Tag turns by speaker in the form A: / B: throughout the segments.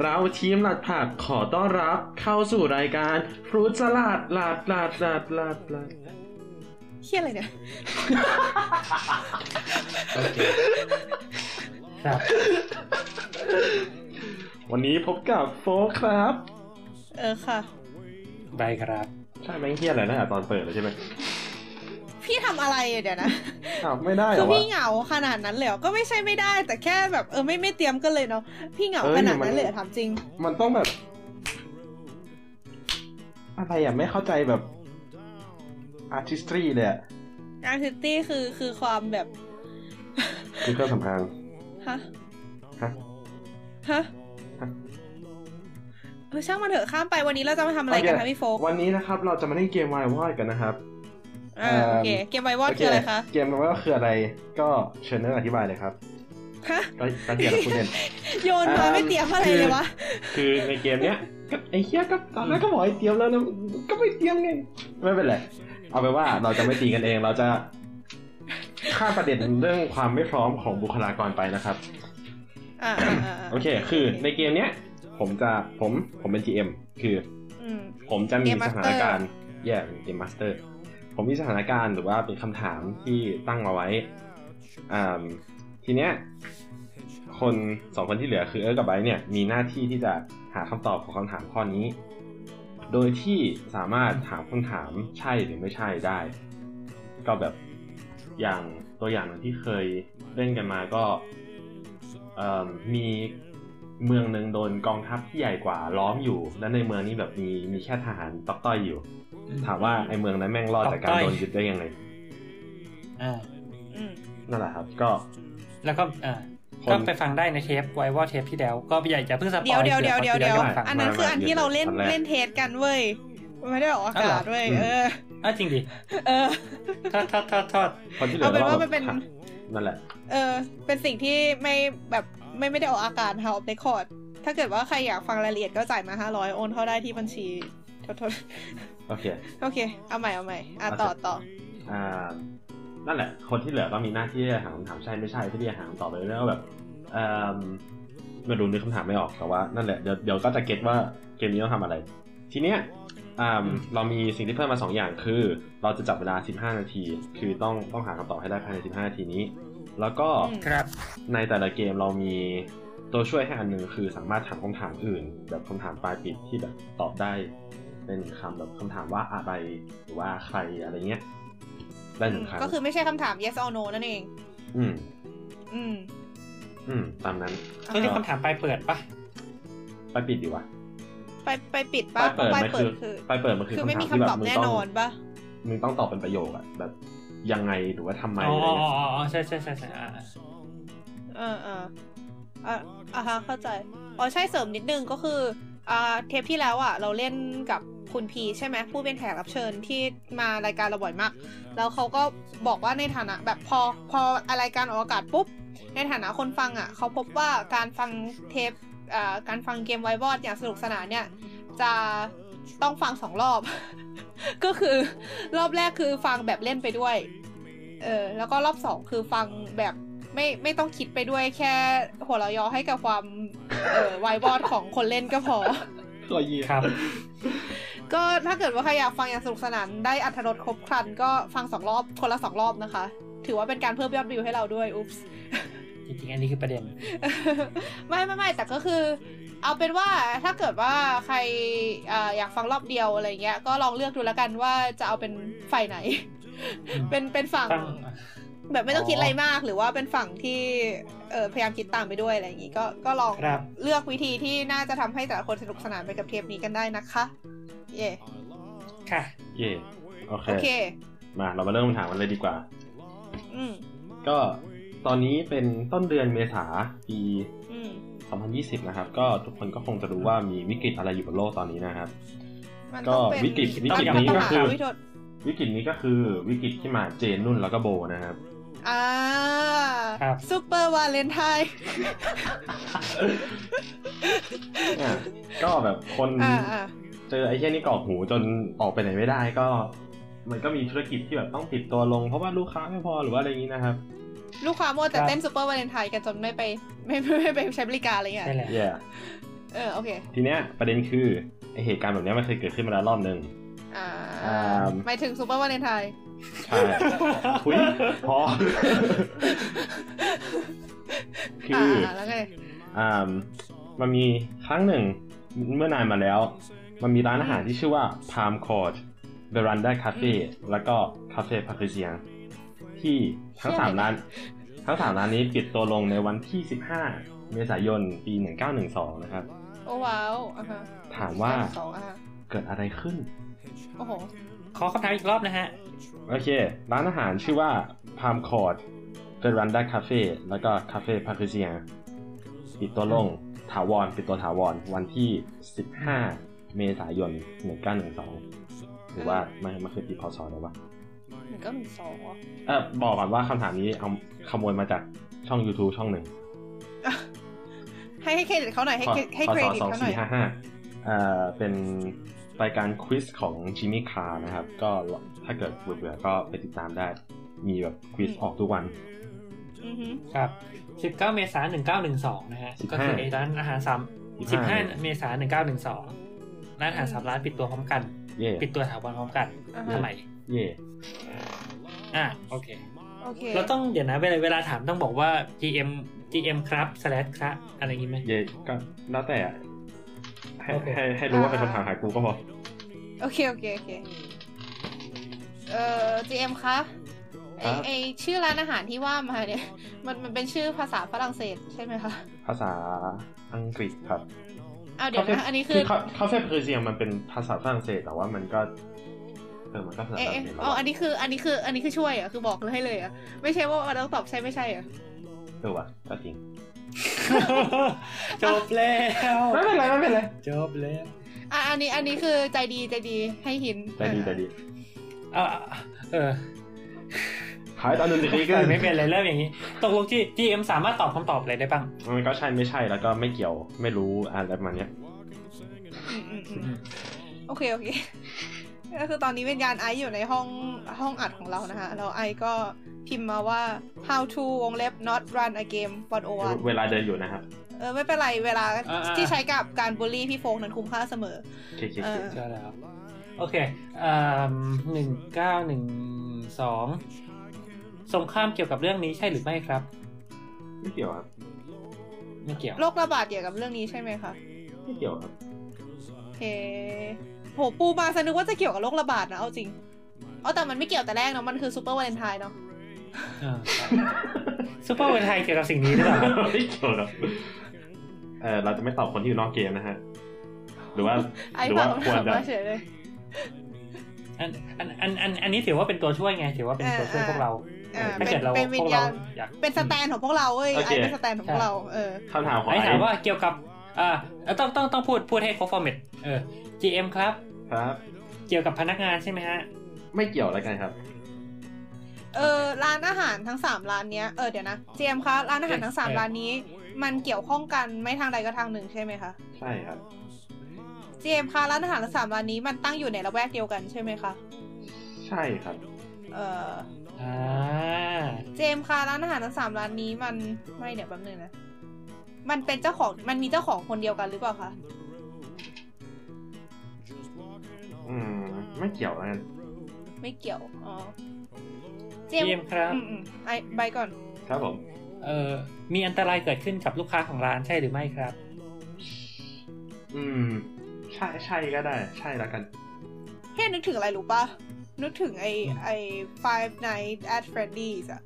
A: เราทีมหลัดผักขอต้อนรับเข้าสู่รายการฟรุตสลัดหลัดหลัดหลัดหลัดหลัด
B: เฮียอะไรเนี่ย
A: ครับ วันนี้พบกับโฟกครับ
B: เออค่ะ
C: ใบครับ
A: ใช่แม่งเฮี้ยอะไรนะตอนเปิดเลยใช่ไหม
B: พี่ทำอะไรอะเดี๋ยวนะ
A: อ้าวไม่ได้เหร
B: คือ อ
A: วะ
B: พี่เหงาขนาดนั้นเลยเหรอก็ไม่ใช่ไม่ได้ แต่แค่แบบเออไม่ไม่เตรียมกันเลยเนาะ พี่เหงา
A: เอ้ย
B: ขนาด
A: มั
B: นั้น
A: น
B: เลยเหรอถามจริง
A: มันต้องแบบ อะไรอ่ะไม่เข้าใจแบบอาร์ติสตรีเลยอ่ะ
B: อาร์ติสตี้คือคือความแบบ
A: คือเครื่องสำอาง
B: ฮะ
A: ฮะ
B: ฮะ
A: ฮะ
B: เออช่างมันเถอะข้ามไปวันนี้เราจะมาทำอะไรกันคะพี่โฟก
A: วันนี้นะครับ เราจะมาเล่นเกมวายวอดกันนะครับ
B: อ่าโอเค
A: เอิ่ม
B: เกมไววอดคืออะไรคะ
A: โเกมมันว่าคืออะไรก็เชิญเนื้ออธิบายเลยครับ
B: ฮะ
A: ก็ก็เกียรติคุณเด่น
B: โยนมา
A: เอิ่ม
B: ไม่เตรียมอะไรเลยวะ
A: คือในเกมเนี้ยก็ไอ้เฮียก็ตอนแรกก็บอกให้เตรียมแล้วนะก็ไม่เตรียมไงไม่เป็นไรเอาไปนว่าเราจะไม่ตีกันเองเราจะข้ามประเด็นเรื่องความไม่พร้อมของบุคลากรไปนะครับ
B: อ่าอ่าอ่า
A: โอเค คือในเกมเนี้ย ผมจะผมผมเป็น GM คือ
B: อืม
A: ผมจะมี
B: Game
A: ส
B: Master
A: ถานการณ์แย่เกมมาสเตอร์ ผมมีสถานการณ์หรือว่าเป็นคำถามที่ตั้งมาไว้อ่าทีเนี้ย คนสองคนที่เหลือคือเอิร์กกับไบร์ทเนี่ย มีหน้าที่ที่จะหาคำตอบของคำถามข้อนี้ โดยที่สามารถถามคำถามใช่หรือไม่ใช่ได้ ก็แบบอย่างตัวอย่างที่เคยเล่นกันมาก็เอิ่มมีเมืองหนึ่งโดนกองทัพที่ใหญ่กว่าล้อมอยู่ และในเมืองนี้แบบมีมีแค่ทหารตอกต้อยอยู่ ถามว่าไอ้เมืองนั้นแม่งรอดจากการโดนยึดได้ยังไง
C: อ่า
B: อืม
A: นั่นแหละครับ ก็
C: แล้วก็อ่า
A: ค
C: ก็
A: น
C: ไปฟังได้ในเทปไวว่าเทปที่แล้วก็อย่าอย่าเพิ่งสปอย
B: เดี๋ยวเดี๋ยวเดี๋ยวเดี๋ยวเดี๋ยว
C: ผื่อคนที่ไฟัง
B: อันนั้นคืออันที่เราเล่น
A: อันแรก
B: เล่นเทสกันเว้ยมันไม่ได้ออกอา
C: อ้าวเหร
B: กา
C: อ
B: ศเว้ย
A: อืม
B: เออ
C: อ่ะจริงดิ
B: เออ
C: ทอดทอดทอดทอด
A: คนที่เหลื
B: เอา
A: อ
B: เป็นว่า
A: ก็
B: มันเป็น
A: นั่นแหละ
B: เออ เป็นสิ่งที่ไม่แบบไม่ไม่ได้ออกอากาศ House of Record ถ้าเกิดว่าใครอยากฟังรายละเอียดก็จ่ายมา 500 โอนเข้าได้ที่บัญชีโทษโท ษ
A: โอเค
B: โอเค เอาใหม่เอาใหม่ อ่ะต่อต่อ
A: อ่า นั่นแหละ คนที่เหลือก็มีหน้าที่จะหาคำถามใช่ไม่ใช่ที่จะหาคำตอบไปเรื่อยๆว่าแบบเอ่มไม่รู้นึกคำถามไม่ออกแต่ว่านั่นแหละเดี๋ยวเดี๋ยวก็จะเก็ตว่าเกมนี้ต้องทำอะไร ทีเนี้ยอ่าเรามีสิ่งที่เพิ่มมา 2 อย่างคือ เราจะจับเวลา 15 นาที คือต้องต้องหาคำตอบให้ได้ภายใน 15 นาทีนี้ แล้วก็
B: อืม
C: ครับ
A: ในแต่ละเกมเรามีตัวช่วยให้อันหนึ่งคือสามารถถามคำถามอื่น แบบคำถามปลายปิดที่แบบตอบได้ในหนึ่งคำแบบคำถามว่าอะไรหรือว่าใครอะไรเงี้ยได้หนึ่งครั้ง
B: ก็คือไม่ใช่คำถาม yes or no นั่นเอง
A: อืม
B: อืม
A: อืม ตามนั้น
C: ต้องเรียกคำถามปลายเปิดปะ
A: ไปปิดดีกว่า
B: ไปไปปิด
A: ไป
B: ปะ
A: เปิดมันคือ
B: คือ
A: ไปเปิดมันคือ
B: คือไม่มี
A: ที่
B: คำตอบ
A: มึง
B: แน่
A: ต้
B: น
A: ง
B: อนปะ
A: มึงต้องตอบเป็นประโยคอะแบบยังไงหรือว่าทำไม
C: อ๋อ
A: อะไร
C: อ๋อ
A: เงี้ย
C: อ๋ออ๋อใช่ใช่ใช่ใช่อ่า
B: เอ
C: อ่า
B: อเอออ่ะอ่ะฮะเข้าใจ อ๋อใช่เสริมนิดนึงก็คือ อ่าเทปที่แล้วอ่ะ เราเล่นกับคุณพีใช่ไหมผู้เป็นแขกรับเชิญที่มารายการเราบ่อยมาก แล้วเขาก็บอกว่าในฐานะแบบพอพออะไรายการออกอากาศปุ๊บ ในฐานะคนฟังอ่ะเขาพบว่าการฟังเทปอ่าการฟังเกมไวบอดอย่างสนุกสนานเนี่ย จะต้องฟังสองรอบ ก็คือรอบแรกคือฟังแบบเล่นไปด้วย เออแล้วก็รอบสองคือฟังแบบไม่ไม่ต้องคิดไปด้วยแค่หัวเราะยอให้กับความเออไวบอดของคนเล่นก็พอ
A: รอยยี
C: ครับ
B: ก็ถ้าเกิดว่าใครอยากฟังอย่างสนุกสนานได้อัธรสครบครันก็ฟังสองรอบคนละสองรอบนะคะ ถือว่าเป็นการเพิ่มยอดวิวให้เราด้วยอุ๊ปส์
C: จริงๆ อันนี้คือประเด็น
B: ไม่ไม่ไม่แต่ก็คือ เอาเป็นว่าถ้าเกิดว่าใครเอ่ออยากฟังรอบเดียวอะไรเงี้ยก็ลองเลือกดูแล้วกันว่าจะเอาเป็น ฝ่ายไหน
C: อืม
B: เป็นเป็นฝั่ง
C: ตั้ง
B: แบบไม่ต้อง
C: อ๋อ
B: คิดอะไรมากหรือว่าเป็นฝั่งที่เออพยายามคิดตามไปด้วยอะไรอย่างงี้ก็ก็ลอง
C: ครับ
B: เลือกวิธีที่น่าจะทำให้แต่ละคนสนุกสนานไปกับเทปนี้กันได้นะคะ เย่
C: ค่ะ
A: เย่โอเค
B: โอเค
A: มาเรามาเริ่มคำถามกันเลยดีกว่า
B: อืม
A: ก็ตอนนี้เป็นต้นเดือนเมษาปี
B: อืม
A: 2020 นะครับ ก็ทุกคนก็คงจะรู้ว่ามีวิกฤตอะไรอยู่บนโลกตอนนี้นะครับ
B: มัน
A: ก็
B: ต้องเป็น
A: วิกฤตวิกฤต
B: มัน
A: นี้
B: ต้ง
A: ก็คือ
B: หาวิธี
A: วิกฤตนี้ก็คือวิกฤตที่มาเจนนุ่นแล้วก็โบนะครับ
B: อ่า
C: ครับ
B: ซูเปอร์วาเลนไทน์
A: อ่ะก็แบบคน
B: อ่าอ่า
A: เจอไอ้เช่นนี้กรอกหูจนออกไปไหนไม่ได้ก็ มันก็มีธุรกิจที่แบบต้องปิดตัวลง เพราะว่าลูกค้าไม่พอหรือว่าอะไรอย่างนี้นะครับ
B: ลูกค้าโมวแต่
C: ครับ
B: เต้นซูเปอร์วาเลนไทน์กันจนไม่ไปไม่ไม่ไม่ไปใช้บริการอะไรเงี้ย
C: ใช่แล้ว
A: yeah.
B: เออโอเค
A: ทีเนี้ยประเด็นคือไอเหตุการณ์แบบเนี้ยมันเคยเกิดขึ้นมาแล้วรอบหนึ่ง
B: อ่า
A: อ่า
B: หมายถึงซูเปอร์วาเลนไทน์
A: ใช่ คุยพอ คือ
B: าแล้วไง
A: อ่ามันมีครั้งหนึ่งเมื่อนานมาแล้ว มันมีร้านอาหารที่ชื่อว่า Palm Court b e r a n d a Cafe แล้วก็ Cafe p a t r i c i a ที่ทั้งสามร้าน ทั้งสามร้านนี้ปิดตัวลงในวันที่ 15 เมษายน ปี 1912 นะครับ
B: โอ้ว้าวอ่าฮะ
A: ถามว่า
B: สองอ่าฮะ
A: เกิดอะไรขึ้น
B: โอ้โห
C: ขอคำถามอีกรอบนะฮะ
A: โอเค ร้านอาหารชื่อว่า Palm Court b e r a n d a Cafe แล้วก็ Cafe p a t r i c i a ปิดตัวลงถาวร ปิดตัวถาวร วันที่ 15 เมษายน 1912หรือว่าไม่ไม่เคยปีพศหรือวะ
B: หนึ่งก็หนึ่งสองเหรอ
A: เออบอกก่อนว่าคำถามนี้เอาขโมยมาจากช่อง YouTube ช่องหนึ่ง
B: ให้ให้เครดิตเขาหน่อยให้เครให้
A: พ
B: เคร
A: ศ
B: ดิต
A: สอง
B: เขาหน่อย
A: สี่ห้าห้าเอ่อเป็นรายการควิสของจิมมี่คาร์นะครับ ก็ถ้าเกิดเบื่อๆก็ไปติดตามได้ มีแบบควิสออกทุกวัน
B: อือหือ
C: ครับ 19 เมษายน 1912 นะฮะ
A: 15
C: ก็คือไอ้ร้านอาหารสาม
A: 15
C: 15 เมษายน 1912 ร้านอาหารสามร้านปิดตัวพร้อมกัน
A: เย่
C: ปิดตัวถาวรพร้อมกัน
B: อ่า
C: ทำ
B: ฮะ
C: ไม
A: เย่
C: อ่ะโอเค
B: โอเค
C: เราต้องเดี๋ยวนะเวลาเวลาถามต้องบอกว่า GM GM ครับ slash ครับอะไรอย่างงี้ไหม
A: เย่ก็แล้วแต่อะให้
C: โอเค
A: ให้ให้รู้ว่าเป็นคำถามหากูก็พอ
B: โอเคโอเคโอเคเอ่อ GM คะไอ
A: ครับ
B: ไอชื่อร้านอาหารที่ว่ามาเนี่ย มันมันเป็นชื่อภาษาฝรั่งเศสใช่ไหมคะ
A: ภาษาอังกฤษครับ
B: เอาเดี๋ยวนะอันนี้คือ
A: คาเฟ่เพอร์เซียมันเป็นภาษาฝรั่งเศสแต่ว่ามันก็เออมันก็ภาษา
B: เอ๊ะ
A: ฝ
B: เอ๊ะ
A: รั่งเศส
B: อ๋อ อันนี้คือ อันนี้คือ อันนี้คือช่วยเหรอ่ะ คือบอกเลยให้เลยเหรอ่ะ ไม่ใช่ว่าเราต้องตอบใช่ไม่ใช่เหรอ่ะ
A: เออว่ะก็จริง
C: จบแล้ว
A: ไม่เป็นไรไม่เป็นไร
C: จบแล้ว
B: อ่ะ อันนี้ อันนี้คือใจดีใจดีให้หิน
A: ใจดีใจดี
C: เอาเออ
A: ขายตอนดนตรีก็
C: ไม่เป็นไรเริ่มอย่างนี้ตกลงที่ GM สามารถตอบคำตอบอะไรได้บ้าง
A: มันก็ใช่ไม่ใช่แล้วก็ไม่เกี่ยวไม่รู้อะไรประมาณเนี้ย
B: อืมอืมอืมโอเค โอเค ก็คือตอนนี้เป็นยานไอซ์อยู่ในห้อง ห้องอัดของเรานะคะแล้วไอซ์ก็พิมพ์มาว่า how to วงเล็บ not run a game 1 o
A: เวลาเดินอยู่นะครับ
B: 1เออ ไม่เป็นไร เวลาที่ใช้กับการบูลลี่พี่โฟงนั้นคุ้มค่าเสมอ
A: เคเค
B: เอ
A: เค
B: อ
C: จบแล้วโอเคอ่าหนึ่งเก้าหนึ่งสองสงครามเกี่ยวกับเรื่องนี้ใช่หรือไม่ครับ
A: ไม่เกี่ยวครับ
C: ไม่เกี่ยว
B: โรคระบาดเกี่ยวกับเรื่องนี้ใช่ไหมคะ
A: ไม่เกี่ยวครับ
B: โอเคโหปูมาสนึกว่าจะเกี่ยวกับโรคระบาดนะ เอาจริง เอาแต่มันไม่เกี่ยวแต่แรกเนาะ มันคือซูเปอร์วาเลนไทน์เนาะ
C: อ่าใช่ซูเปอร์เวนไทยเกี่ยวกับสิ่งนี้ห รือเปล่า
A: ไม่เกี่ยวครับเออเราจะไม่ตอบคนที่อยู่นอกเกมนะฮะหรือว่า
B: ไอ้
A: หรือ
B: ฝา
A: ว่าก
B: คำ
A: คว
B: ถาร ม
A: จะ
B: มาเฉยเลย
C: อันอันอันอันอันนี้ถือว่าเป็นตัวช่วยไง ถือว่าเป็นตัวช่วยพวกเรา
B: อ่า
C: ถ้าเกิดเรา
B: เป็นเป็นวิ
C: พว
B: ญ
C: กเรา
B: ญาณ
C: อยาก
B: เป็นสแตนของพวกเราเว้ย
A: โอเค
B: ไอ้เป็นสแตนของพวกเรา เออ
A: คำถามของ
C: ไอ้
A: ไอ้
C: ถามว่าเกี่ยวกับอ่าต้องต้องต้องพูดพูดให้ครบฟอร์เมตเออ GM ครับ
A: ครับ
C: เกี่ยวกับพนักงานใช่ไหมฮะ
A: ไม่เกี่ยวแล้วกันครับ
B: เออ ร้านอาหารทั้งสามร้านเนี้ย เออ เดี๋ยวนะ เจมส์คะ ร้านอาหารทั้งสาม
C: เออ
B: ร้านนี้ มันเกี่ยวข้องกันไม่ทางใดก็ทางหนึ่งใช่ไหมคะ
A: ใช่ครับ
B: เจมส์คะ ร้านอาหารทั้งสามร้านนี้มันตั้งอยู่ในละแวกเดียวกันใช่ไหมคะ
A: ใช่ครับ
B: เออ
C: อ่า
B: เจมส์คะร้านอาหารทั้งสามร้านนี้มันไม่เดี๋ยวแป๊บนึงนะ มันเป็นเจ้าของ มันมีเจ้าของคนเดียวกันหรือเปล่าคะ
A: อืม ไม่เกี่ยวแล้วกัน
B: ไม่เกี่ยว อ๋อ เจม
C: เยี่ยม
B: ส์
C: ครับ
B: อืมอืมไอใบก่อน
A: ครับผม
C: เออมีอันตรายเกิดขึ้นกับลูกค้าของร้านใช่หรือไม่ครับ
A: อืม ใช่ใช่ก็ได้ ใช่แล้วกัน
B: เฮ้ยนึกถึงอะไรรู้ปะนึกถึงไอไอ Five Nights at Freddy's อะ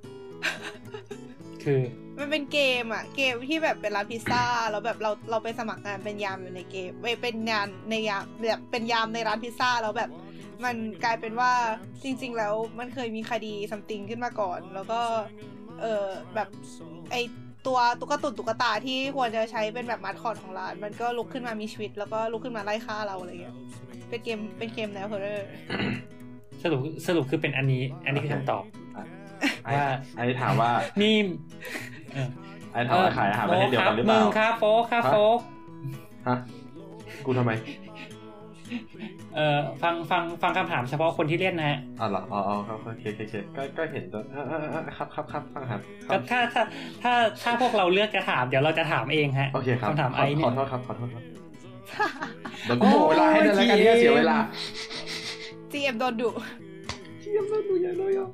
C: คือ
B: มันเป็นเกมอะเกมที่แบบเป็นร้านพิซซ่า แล้วแบบเราเราไปสมัครงานเป็นยามอยู่ในเกมไปเป็นงานในยามแบบเป็นยามในร้านพิซซ่าแล้วแบบ มันกลายเป็นว่าจริง ๆ แล้วมันเคยมีคดีซัมติงขึ้นมาก่อน แล้วก็ เออแบบไอตัวตุ๊กตุนตุ๊กตาที่ควรจะใช้เป็นแบบมาสคอตของร้าน มันก็ลุกขึ้นมามีชีวิต แล้วก็ลุกขึ้นมาไล่ฆ่าเราอะไรอย่างเงี้ย เป็นเกมเป็นเกมแนวฮอร์เรอ ร์
C: สรุปสรุปคือเป็นอันนี้ อันนี้คือคำตอบ
A: ไอ้ไอ้ถามว่า
C: นี่เออ
A: ไอ้ถามว่าขายอาหารประเภทเดียวกันหรือเปล่า
C: โฟคบมึงครับโฟกครับโฟก
A: ฮะกูทำไม
C: เอ่อฟังฟังฟังคำถามเฉพาะคนที่เล่นนะฮะ
A: อ๋อเหรออ๋ออ๋อครับโอเคโอเคโอเคก็ก็เห็นตัวอ่าอ่าอ่าครับครับครับฟังครับค
C: ก็
A: รับ
C: ถ้าถ้าถ้าถ้าพวกเราเลือกจะถามเดี๋ยวเราจะถามเองฮะ
A: โอเคครับ
C: คำถาม
A: ข
C: ไอ้เนี่
A: ขอย โทษครับขอโทษครับเดี๋ยวกูโมเวลาให้นั่นแล้วกัน
C: โอ้ย
A: เนี่ยเสียเวลา
B: GM โดนดุ
A: ทีมนั่นดูยังเลยอ่ะ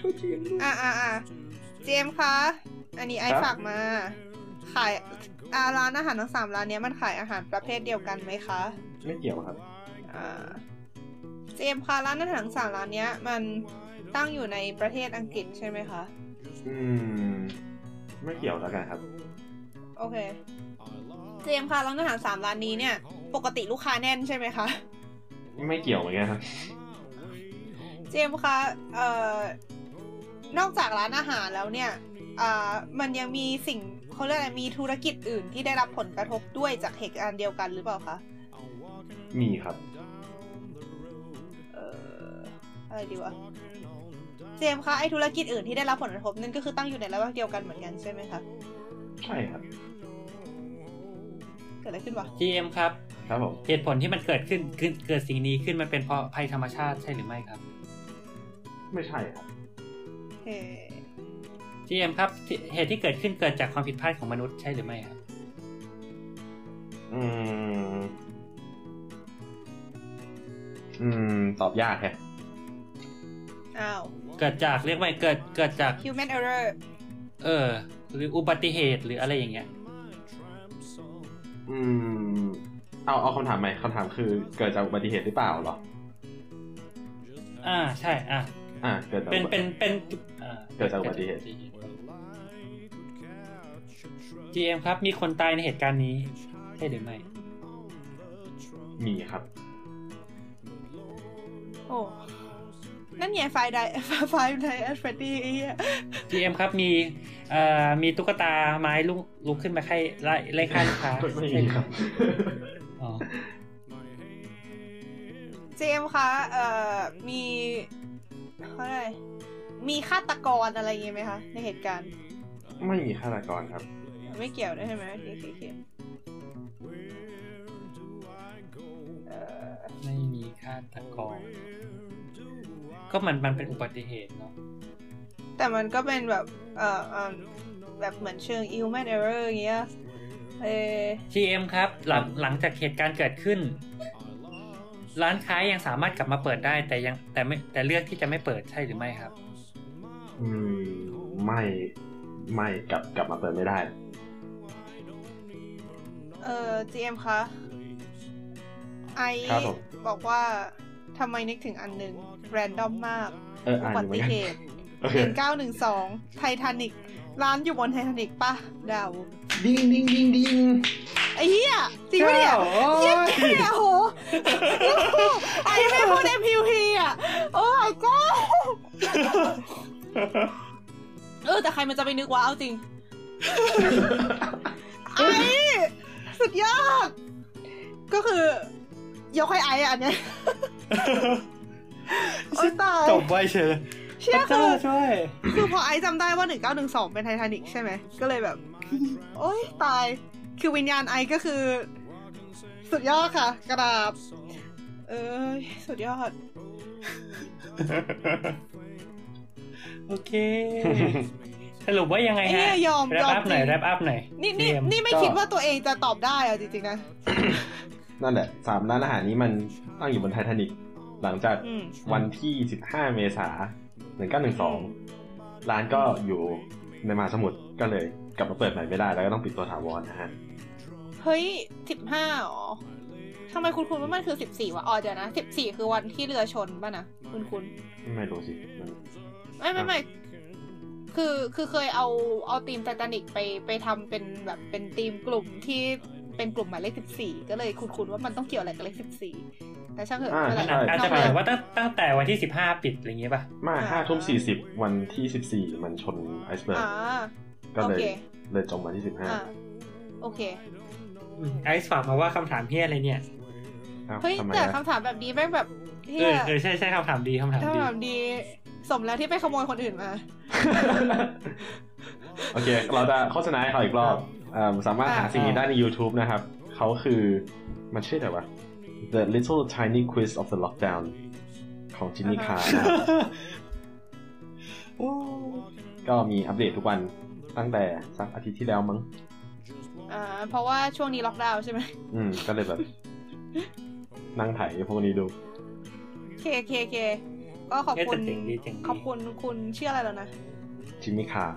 A: ช่วยทีมด้วย
B: อ่ะอ่ะอ่ะ GM คะอันนี้ไอ
A: ครับ
B: ฝากมา ขายอาร้านอาหารทั้งสามร้านเนี้ยมันขายอาหารประเภทเดียวกันไหมคะ
A: ไม่เกี่ยวครับ
B: อ่า GM คะร้านอาหารทั้งสามร้านเนี้ยมันตั้งอยู่ในประเทศอังกฤษใช่ไหมคะ
A: อืม ไม่เกี่ยวแล้วกันครับ
B: โอเค เจมส์คะร้านอาหารสามร้านนี้เนี่ย ปกติลูกค้าแน่นใช่ไหมคะ
A: ไม่เกี่ยวเหมือนกันครับ
B: เจมส์คะ เอ่อนอกจากร้านอาหารแล้วเนี่ยอ่ามันยังมีสิ่งเขาเรียกอะไร มีธุรกิจอื่นที่ได้รับผลกระทบด้วยจากเหตุการณ์เดียวกันหรือเปล่าคะ
A: มีครับ
B: เอ่อ อะไรดีวะ เจมส์คะ ไอธุรกิจอื่นที่ได้รับผลกระทบนั่นก็คือตั้งอยู่ในระแวกเดียวกันเหมือนกันใช่ไหมคะ
A: ใช่ครับ
B: เกิดอะไรขึ้นวะ
C: GM ครับ
A: ครับผม
C: เหตุผลที่มันเกิดขึ้นขึ้นเกิดสิ่งนี้ขึ้นมันเป็นเพราะภัยธรรมชาติใช่หรือไม่ครับ
A: ไม่ใช่ครับ
B: เฮ้
C: GM ครับที่เหตุที่เกิดขึ้นเกิดจากความผิดพลาดของมนุษย์ใช่หรือไม่ครับ
A: อืม อืม ตอบยากแฮะ
B: อ้าว
C: เกิดจากเรียกว่าเกิดเกิดจาก
B: human error
C: เออ หรืออุบัติเหตุหรืออะไรอย่างเงี้ย
A: อืม เอาเอาคำถามใหม่คำถามคือ เกิดจากอุบัติเหตุหรือเปล่าเหรอ
C: อ่าใช่อ่า
A: อ่า เกิดจาก
C: เป็นเป็นเป็นอ่า
A: เกิดจากอุบัติเหตุ
C: เ GM ครับมีคนตายในเหตุการณ์นี้ ใช่หรือไม่
A: มีครับ
B: โอ้ นั่นไงไฟได ไฟไดแอสเฟตตี้ไอ้เหี้ย
C: GM ครับมีเอ่อมีตุ๊กตาไม้ลุกลุกขึ้นมาไล่ไล่ไล่ฆ่าลูกค้า
A: ไม่
C: ใช่
A: มี
C: หอ
A: ครับ
C: อ๋อ
B: เจมส์คะ เอ่อ มีเขาเรียกอะไร มีฆาตกรอะไรอย่างเงี้ยไหมคะ ในเหตุการณ์
A: ไม่มีฆาตกรครับ
B: ไม่เกี่ยวด้วยใช่ไหมโอเคโอเคโอเคเอ่อ
C: ไม่มีฆาตกร ก็มันมันเป็นอุบัติเหตุเนาะ
B: แต่มันก็เป็นแบบ เอ่อเอิ่มแบบเหมือนเชิง human error อย่างเงี้ย เออ
C: GM ครับหลังหลังจากเหตุการณ์เกิดขึ้น ร้านค้ายังสามารถกลับมาเปิดได้แต่ยังแต่ไม่แต่เลือกที่จะไม่เปิดใช่หรือไม่ครับ
A: อืม ไม่ ไม่กลับกลับมาเปิดไม่ได้
B: เอ่อ GM คะ ไอ
A: ครับผม
B: บอกว่าทำไมนึกถึงอันหนึ่งแรนดอมมาก
A: เออ
B: อุ
A: อ่านอ
B: บั
A: ยู่เหมือ
B: ติ
A: นกัน
B: เหตุ
A: โอเค
B: หนึ่งเก้าหนึ่งสองไททานิกร้านอยู่บนไททานิกปะเดา
A: ดิ้งดิ้งดิ้งดิ้ง
B: ไอ้เหี้ยจริงปะเนี่ยเหี้ยแก่โหไอ้ไม่พูดได้พิวพีอ่ะ โอ้ยก็เออแต่ใครมันจะไปนึกว่าเอาจริง ไอ้ สุดยอด ก็คือ ยกให้ไอ้อะอันเนี้ยโอ้ยตาย
C: จบไว้เชีย
B: เชื่อคือ
C: ช่วย
B: คือพอไอซ์จำได้ว่า 1912 เป็นไททานิกใช่ไหม ก็เลยแบบ โอ๊ย ตาย คือวิญญาณไอซ์ก็คือ สุดยอดค่ะ กระดาบ เอ้ย สุดยอด
C: โอเค สรุปว่ายังไง
B: ไอ้
C: ฮะ
B: เนี่ยยอม
C: แรป
B: ยอม
C: อัพหน่อ
B: จ
C: ย
B: ริง
C: แรปอัพหน่อย
B: นี่นี่
C: GM
B: นี่ไม่คิดว่าตัวเองจะตอบได้อะจริง ๆ นะ
A: นั่นแหละสามร้านอาหารนี้มันตั้งอยู่บนไททานิก หลังจาก
B: อืม
A: วันที่ 15 เมษา1912 ร้านก็อยู่ในมหาสมุทรก็เลยกลับมาเปิดใหม่ไม่ได้ แล้วก็ต้องปิดตัวถาวรนะฮะ
B: เฮ้ย 15อ๋อทำไมคุณคุณว่ามันคือ 14 วะ อ๋อ เดี๋ยวนะ 14 คือวันที่เรือชนป่ะนะ คุณคุณ
A: ไม่รู้สิมัน
B: ไม่ไม่ไม่คือคือเคยเอาเอาทีมไททานิกไปไปทำเป็นแบบเป็นทีมกลุ่มที่เป็นกลุ่มหมายเลขสิบสี่ก็เลยคุ้นๆว่ามันต้องเกี่ยวอะไรกับเลขสิบสี่แต่ช่างเถอะ
A: อ่า
B: ไม่เป็นไร
A: ใช่
C: อาจจะห
A: ใช่
C: มายถึงว่าตั้งตั้งแต่วันที่สิบห้าปิดอะไรอย่างเงี้ยป่ะ
A: มาห้าทุ่มสี่สิบวันที่สิบสี่14 มันชนไอซ์เบิร์ก
B: อ่า
A: ก็
B: โอ
A: เลย
B: เค
A: เลยจมวันที่สิบห้า
B: อ่าโอเค
C: ไอซ์ฝากมาว่าคำถามเฮียอะไรเนี่ย
A: อ้าว
B: เฮ้ย
A: ทำไม
B: แต่
A: อะ
B: คำถามแบบนี้แม่งแบบเฮี
C: เอย อเออใช่ใช่คำถามดีคำถาม
B: คำ
C: ดี
B: ถามดีสมแล้วที่ไปขโมยคนอื่นมา
A: โอเค เราจะโฆษณาให้เขาอีกร อบอ่าสามารถหา
B: อ่า
A: สิ่งนี้ได้ใน YouTube นะครับ เขาคือมันชื่ออะไรวะ The Little Tiny Quiz of the Lockdown ของจินนี่คานะครับ ก็มีอัปเดตทุกวันตั้งแต่สักอาทิตย์ที่แล้วมั้ง
B: อ่าเพราะว่าช่วงนี้ล็อกดาวน์ใช่ไหม
A: อืม ก็เลยแบบ นั่งถ่ายพวกนี้ดู
B: เคเคเคก็ขอบคุณ
C: เอ๊ะแต่เจ๋งดีเจ๋งดี
B: ขอบคุณคุณชื่ออะไรแล้วนะ
A: จิมมี่คาร์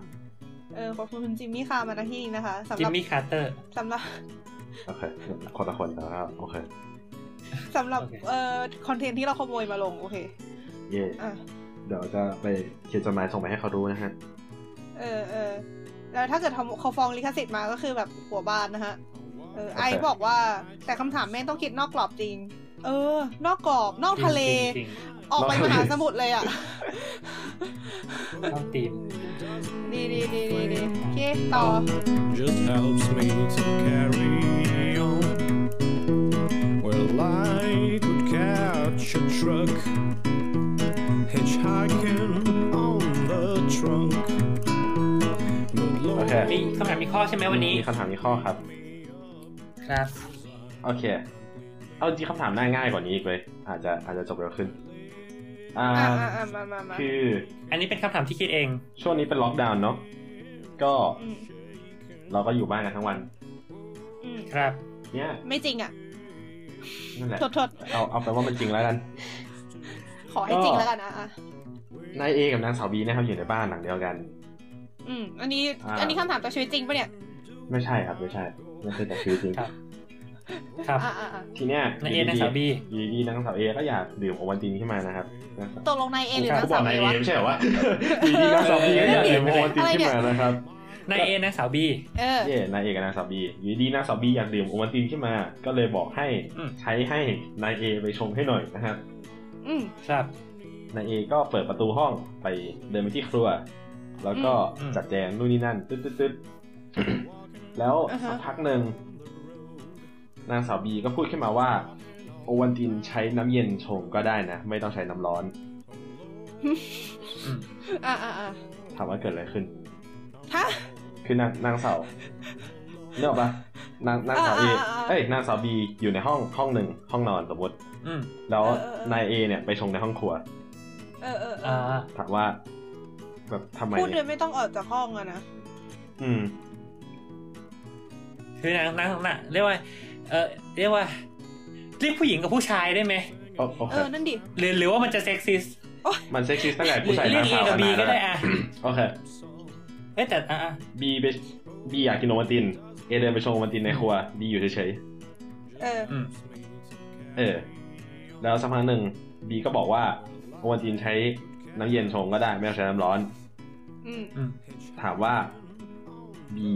B: เออขอบคุณคุณจิมมี่คามาณที่นี้นะคะสำห
C: จิม
B: รับ
C: มี่คาร์เตอร์
B: สำหรับ
A: โอเค คนละคนนะครับ โอเค
B: สำหรับ
C: โอเค
B: เอ่อคอนเทนต์ที่เราขโมยมาลงโอเค
A: เย่
B: อ่ะ
A: เดี๋ยวจะไปเขียนจดหมายส่งไปให้เขาดูนะฮะ
B: เออเออแล้วถ้าเกิดเขาเขาฟ้องลิขสิทธิ์มาก็คือแบบหัวบานนะฮะ เออ
A: โอเค
B: ไอซ์บอกว่าแต่คำถามแม่งต้องคิดนอกกรอบจริง เออ นอกกรอบ นอกทะเล
C: จริง
B: ออกไปมหาสมุทรเลยอ่ะ
C: ๆต้องตีม
B: ดีดีดีดีดีโอเค ต่อ
D: just helps me to carry on. Where light would catch a truck, hitchhiking on the trunk. But Lord,
A: Okay.
C: มีคำถามมีข้อใช่ไหมวันนี้
A: มีคำถามมีข้อครับ
C: ครับ
A: โอเค เอาจริงคำถามน่าง่ายกว่านี้อีกเลย อาจจะอาจจะจบเร็วขึ้น อ่า
B: อ่ะอ่ะอ่ะมามามา
A: คือ
C: อันนี้เป็นคำถามที่คิดเอง
A: ช่วงนี้เป็นล็อกดาวน์เนาะ ก็
B: อืม
A: เราก็อยู่บ้านกันทั้งวัน
B: อืม
C: ครับ
A: เนี่ย
B: ไม่จริงอ่ะ
A: นั่นแหละ
B: ทดทด
A: เอาเอาไปนว่ามันจริงแล้วกัน
B: ขอให้จริงแล้วกันนะอ่ะ
A: นายเอกับนางสาวบีนะครับอยู่ในบ้านหลังเดียวกัน
B: อืม อันนี้
A: อ่า
B: อันนี้คำถามจากชีวิตจริงปะเนี่ย
A: ไม่ใช่ครับไม่ใช่ไม่ใช่แต่ชีวิตจริง
C: ครับ ครับ
B: อ่ะอ่ะอ่ะ
A: ทีเนี้ย
C: นายเอนางสาวบี
A: อยู่ดีๆนางสาวเอก็อยากดื่มโอวัลตินขึ้นมานะครับนะ
B: ตกลงนายเอหรือ
A: ค
B: นาง
A: รับเขาบ
B: สาก วน
A: อาย
B: เอ
A: เอ
B: วะ
A: ไม่ใช่เหรอวะอยู่ดีๆนางสาวบีก็อยากดื่มโอวัลตินขึ้นมานะครับ
C: นายเอนางสาวบี
B: เออ
A: เย่นายเอกกับนางสาวบีอยู่ดีๆนางสาวบีอยากดื่มโอวัลตินขึ้นมา ก็เลยบอกให้
C: อืม
A: ใช้ให้นายเอไปชงให้หน่อยนะครับ
B: อืม
C: ครับ
A: นายเอก็เปิดประตูห้องไปเดินไปที่ครัว แล้วก็
C: อืม
A: จัดแจงนู่นนี่นั่นตึ๊ดตึ๊ดตึ๊ด แล้ว
B: อ่าฮะ
A: สักพักหนึ่งนางสาวบีก็พูดขึ้นมาว่า โอวัลตินใช้น้ำเย็นชงก็ได้นะ ไม่ต้องใช้น้ำร้อน
C: อืม
B: อ่ะอ่ะอ่ะ
A: ถามว่าเกิดอะไรขึ้น
B: ฮะ
A: คือนางนางสาวเนี่ยหรอกปะนางนางสาวเอ
B: อ่าอ่าอ่า
A: เอ้ยนางสาวบีอยู่ในห้องห้องหนึ่งห้องนอนสมมติ
C: อืม
A: แล้ว
B: เออเออเออ
A: นายเอเนี่ยไปชงในห้องครัว
B: เออเออเอ
C: อ่า
B: อ
A: ถามว่าแบบทำไม
B: พูดโดยไม่ต้องออกจากห้องอะนะ
A: อืม
C: คือนางนางน่ะเรียกว่า เออเรียกว่า เรียกผู้หญิงกับผู้ชายได้ไหม
A: โอโอเค
B: เออ นั่นดิ
C: หรือหรือว่ามันจะเซ็กซิส
A: มันเซ็กซี่ตั้งแต่ผู้ชาย
C: หรือ
A: นา
C: งเรี
A: สาว
C: ยก A กับ B
A: ขนาดนั้น
C: ก็ได้อะ
A: โอเค
C: เอ้ยแต่อ่ะอ่ะ
A: บีไปบีอยากกินโอวัลติน เอเดินไปชงโอวัลตินในครัวบีอยู่เฉย
B: เออ
C: อืม
A: ๆเออ แล้วสักพักหนึ่งบีก็บอกว่าโอวัลตินใช้น้ำเย็นชงก็ได้ ไม่ต้องใช้น้ำร้อน
B: อืม
C: อืม
A: ถามว่าบี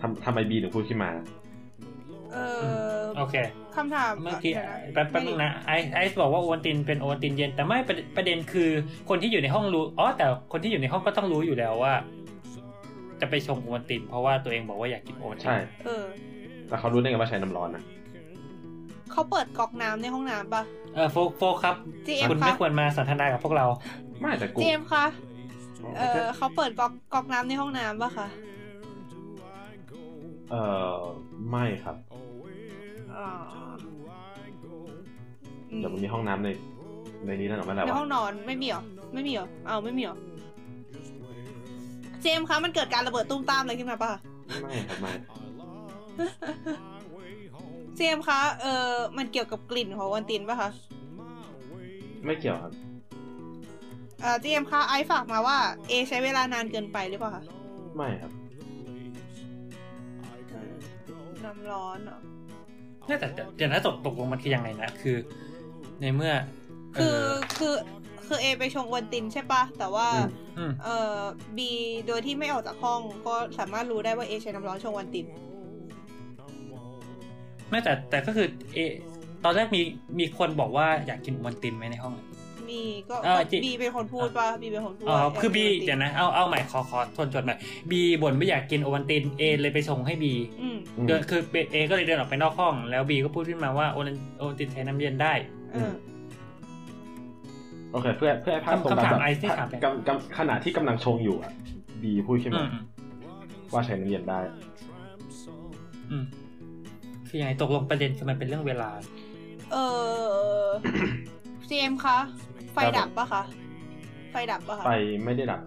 A: ทำทำไมบีถึงพูดขึ้นมา
B: เออ
C: โอเค
B: คำถาม
C: เมื่อกี้
B: ดี๋ยวนะ
C: แป๊บแป๊บนึงนะไอซ์ไอซ์บอกว่าโอวัลตินเป็นโอวัลตินเย็น แต่ไม่ประเด็นประเด็นคือคนที่อยู่ในห้องรู้อ๋อแต่คนที่อยู่ในห้องก็ต้องรู้อยู่แล้วว่า จะไปชงโอวัลติน เพราะว่าตัวเองบอกว่าอยากกินโอวัลติน
A: ใช่
B: เออ
A: แต่เขารู้ได้ไงว่าใช้น้ำร้อนนะ
B: เขาเปิดก๊อกน้ำในห้องน้ำปะ
C: เออโฟกโฟกครับ
B: GM
C: คุณ
B: คะ
C: ไม่ควรมาสันทนากับพวกเรา
A: ไม่แต่กู
B: เจมส์คะ เออเขาเปิดก๊อกก๊อกน้ำในห้องน้ำปะคะ
A: เออไม่ครับ
B: อ๋ออืม
A: เดี๋ยวมันมีห้องน้ำในในนี้นั่นหรอไม่ไร
B: ใน
A: วะ
B: ห้องนอนไม่มีเหรอ ไม่มีเหรอเอาไม่มีเหรอ เจมส์คะ มันเกิดการระเบิดตุ้มตามอะไรขึ้นมาปะ
A: ไม่ครับไม่
B: เจมส์คะ เออมันเกี่ยวกับกลิ่นของวันตินปะคะ
A: ไม่เกี่ยวครับ
B: เออเจมส์คะ ไอซ์ฝากมาว่า เอใช้เวลานานเกินไปหรือเปล่าคะ
A: ไม่ครับ
B: น้ำร้อนเหรอ
C: น่าจะเดี๋ยวนะตกตกลงมันคือยังไงนะคือ ในเมื่อ
B: คือ
C: เ
B: คือคือเอไปชงวันตินใช่ปะแต่ว่า
A: อืม
C: อืม
B: เอ่อบีโดยที่ไม่ออกจากห้องก็สามารถรู้ได้ว่าเอใช้น้ำร้อนชงวันติน
C: ไม่แต่แต่ก็คือเอตอนแรกมีมีคนบอกว่าอยากกินโอวัลตินไหมในห้อง
B: มี มีก็
C: เออ
B: ก็
C: จริง
B: บีเป็นคนพูดปะบีเป็นคนพูด
C: อ๋อ
B: ว่า
C: คือบี
B: ยากกิ
C: เดี๋ยวนะเอาเอาใหม่ขอขอทวนจดใหม่บีบ่นไม่อยากกินโอวันตินเอเลยไปชงให้บี
B: อืม
A: อืม
C: เดินคือเอก็เลยเดินออกไปนอกห้อง แล้วบีก็พูดขึ้นมาว่าโอวันโอวันตินแทนน้ำเย็นได้
B: เออ
A: โอเคเพื่อเพื่อให้ภาพตรง
C: คำ
A: กัน
C: ถาม
A: แบบ
C: ไอซ์ที่ถามไป
A: กำกำขณะที่กำลังชงอยู่อ่ะบีพูดขึ้น
C: อื
A: มามว่าใช้น้ำเย็นได้
C: อืมคือยังไงตกลงประเด็นคือมันเป็นเรื่องเวลา
B: เออ เจมส์คะไฟ
A: ครับ
B: ดับปะคะไฟดับปะคะ
A: ไฟไม่ได้ดับ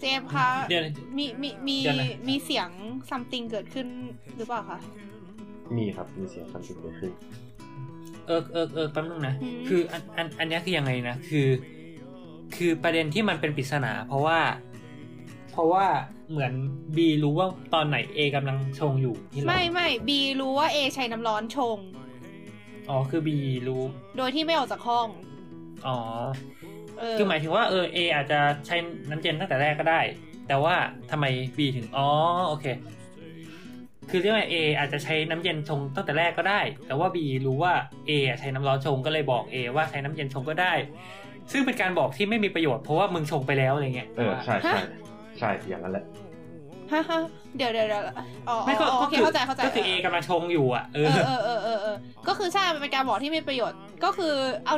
B: เจมส์คะ
C: เดี๋ยวนะ
B: มีมีมี
C: เดี๋ยวนะ
B: มีเสียง something เกิดขึ้นหรือเปล่าคะ
A: มีครับมีเสียงคำสิ่งเกิดขึ้น
C: เออเออเออแป๊บนึงนะ
B: อืม
C: คืออันอันอันเนี้ยคือยังไงนะ คือ คือประเด็นที่มันเป็นปริศนา เพราะว่า เพราะว่าเหมือนบีรู้ว่าตอนไหนเอกำลังชงอยู่นี่เหรอ
B: ไม่ไม่บีรู้ว่าเอใช้น้ำร้อนชง
C: อ๋อคือบีรู้
B: โดยที่ไม่ออกจากห้อง
C: อ๋อ
B: เออ
C: คือหมายถึงว่าเออเออาจจะใช้น้ำเย็นตั้งแต่แรกก็ได้ แต่ว่าทำไมบีถึงอ๋อโอเค คือเรื่องเออาจจะใช้น้ำเย็นชงตั้งแต่แรกก็ได้ แต่ว่าบีรู้ว่าเอะใช้น้ำร้อนชงก็เลยบอกเอว่าใช้น้ำเย็นชงก็ได้ ซึ่งเป็นการบอกที่ไม่มีประโยชน์เพราะว่ามึงชงไปแล้วอะไรเงี้ย
A: เออใช่ใช่ใช่อย่างนั้นแหละ
B: ฮะฮะเดี๋ยวเดี๋ยวเดี๋ยวอ๋อ
C: ไม่ก็
B: อ๋อโอ
C: ก็
B: เค
C: คือ
B: เข้าใจเข้าใจ
C: ก็คือเอกำลังชงอยู่อ่ะเออ
B: เออเออเออเออเออก็คือใช่ มันเป็นการบอกที่มีประโยชน์ ก็คือเอา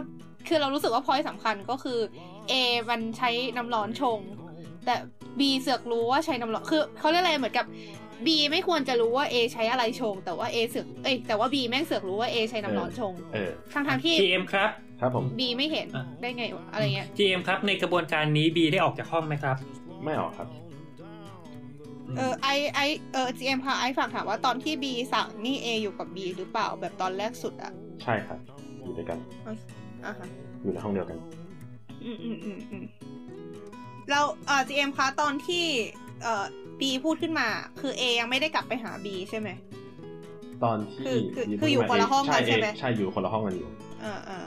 B: คือเรารู้สึกว่าพอยสำคัญก็คือ A มันใช้น้ำร้อนชง แต่ B เสือกรู้ว่าใช้น้ำร้อน คือเขาเรียกอะไร เหมือนกับ B ไม่ควรจะรู้ว่า A ใช้อะไรชง แต่ว่า A เสือก เอ้ย แต่ว่า B แม่งเสือกรู้ว่า A ใช้น้ำร้อนชง
A: เออ
B: ทั้งทางๆที่
C: GM ครับ
A: ครับผม
B: B ไม่เห็น
C: อ่ะ
B: ได้ไงวะอะไรเงี้ย
C: GM ครับในกระบวนการนี้บีได้ออกจากห้องไหมครับ
A: ไม่ออกครับ
B: เออ ไอ ไอ เออ GM ค่ะ ไอฝากถามว่าตอนที่ B สั่งนี่ A อยู่กับ B หรือเปล่า แบบตอนแรกสุดอะ
A: ใช่ครับ อยู่ด้วยกัน
B: อ่ะฮะ
A: อยู่ในห้องเดียวกัน
B: อืมอืมอืมอืมเราเอ่อ GM คะตอนที่เอ่อ B พูดขึ้นมา คือ A ยังไม่ได้กลับไปหา B ใช่ไหม
A: ตอนที่
B: คือคือ
A: บีพูด
B: คืออยู่
A: มา
B: คนละห้องกัน
A: เ
B: ใช่ไหม
A: ใช่อยู่คนละห้องกันอยู่
B: เออเออ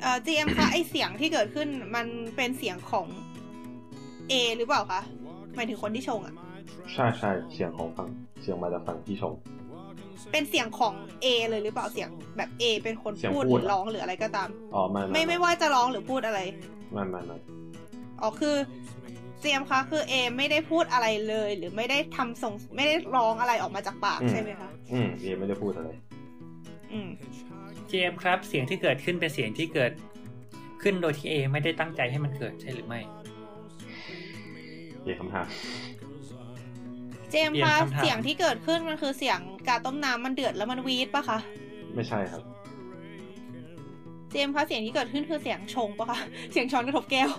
B: เอ่อ GM คะ ไอเสียงที่เกิดขึ้นมันเป็นเสียงของ A หรือเปล่าคะหมายถึงคนที่ชงอะ
A: ใช่ใช่เสียงของฝั่งเสียงมาจากฝั่งที่ชง
B: เป็นเสียงของ A เลยหรือเปล่าเสียงแบบ A เป็นคน
A: เสียง
B: พูด
A: พูด
B: หรือร้องหรืออะไรก็ตาม
A: อ๋อไม่
B: ไม่ไม่ว่าจะร้องหรือพูดอะไร
A: ไม่ไม่ไม่
B: อ๋อคือเจมส์คะคือเอไม่ได้พูดอะไรเลย หรือไม่ได้ทำส่งไม่ได้ร้องอะไรออกมาจากปากใช่ไหมคะ
A: อืมเอไม่ได้พูดอะไร
B: อืม
C: GM ครับเสียงที่เกิดขึ้นเป็นเสียงที่เกิด ขึ้นโดยที่เอไม่ได้ตั้งใจให้มันเกิดใช่หรือไม่
A: เอคำถาม
B: เจมส์
C: เปลี่
B: คะ
C: ยนคำถาม
B: เสียงที่เกิดขึ้นมันคือเสียงกาต้มน้ำมันเดือดแล้วมันวีดปะคะ
A: ไม่ใช่ครับ
B: เจมส์คะเสียงที่เกิดขึ้นคือเสียงชงปะ คะเสียงช้อนกระทบแก้ว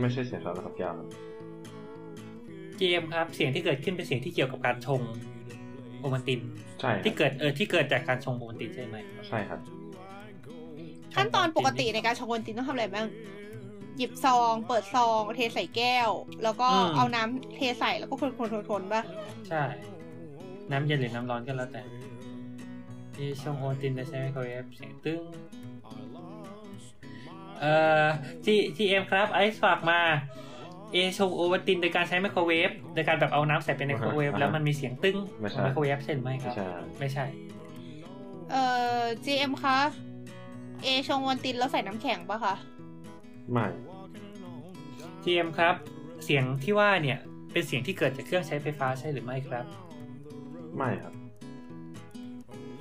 A: ไม่ใช่เสียงสารพัดยาม
C: เกมครับเสียงที่เกิดขึ้นเป็นเสียงที่เกี่ยวกับการชงโอมันติน
A: ใช่ครับ
C: ที่เกิดเออที่เกิดจากการชงโอมันตินใช่ไหม
A: ใช่ครับ
B: ขั้นตอนปกติในการชงคนตินต้องทำอะไรบ้างหยิบซอง เปิดซองเทใส่แก้ว แล้วก็เอาน้ำเทใส่แล้วก็คนคนคนคนๆๆๆปะ
C: ใช่ น้ำเย็นหรือน้ำร้อนก็แล้วแต่ที่ชงโอมันตินจะใช้ไมโครเวฟเสียงตึ้งเอ่อที่ที่เอ็มครับไอซ์ฝากมาเอชงโอวันตินโดยการใช้ไมโครเวฟโดยการแบบเอาน้ำใส่ไปในไมโครเวฟ
A: อ่าฮะ
C: แล้วมันมีเสียงตึ้ง
A: ไม่
C: ข
A: ใช่
C: องไมโครเวฟใช่หรือไม่ค
A: ไม่
C: รับ
A: ใช่
C: ไม่ใช่
B: เอ่อ GM คะเอชงวันตินแล้วใส่น้ำแข็งปะคะ
A: ไม่
C: ทีเอ็มครับเสียงที่ว่าเนี่ยเป็นเสียงที่เกิดจากเครื่องใช้ไฟฟ้าใช่หรือไม่ครับ
A: ไม่ครับ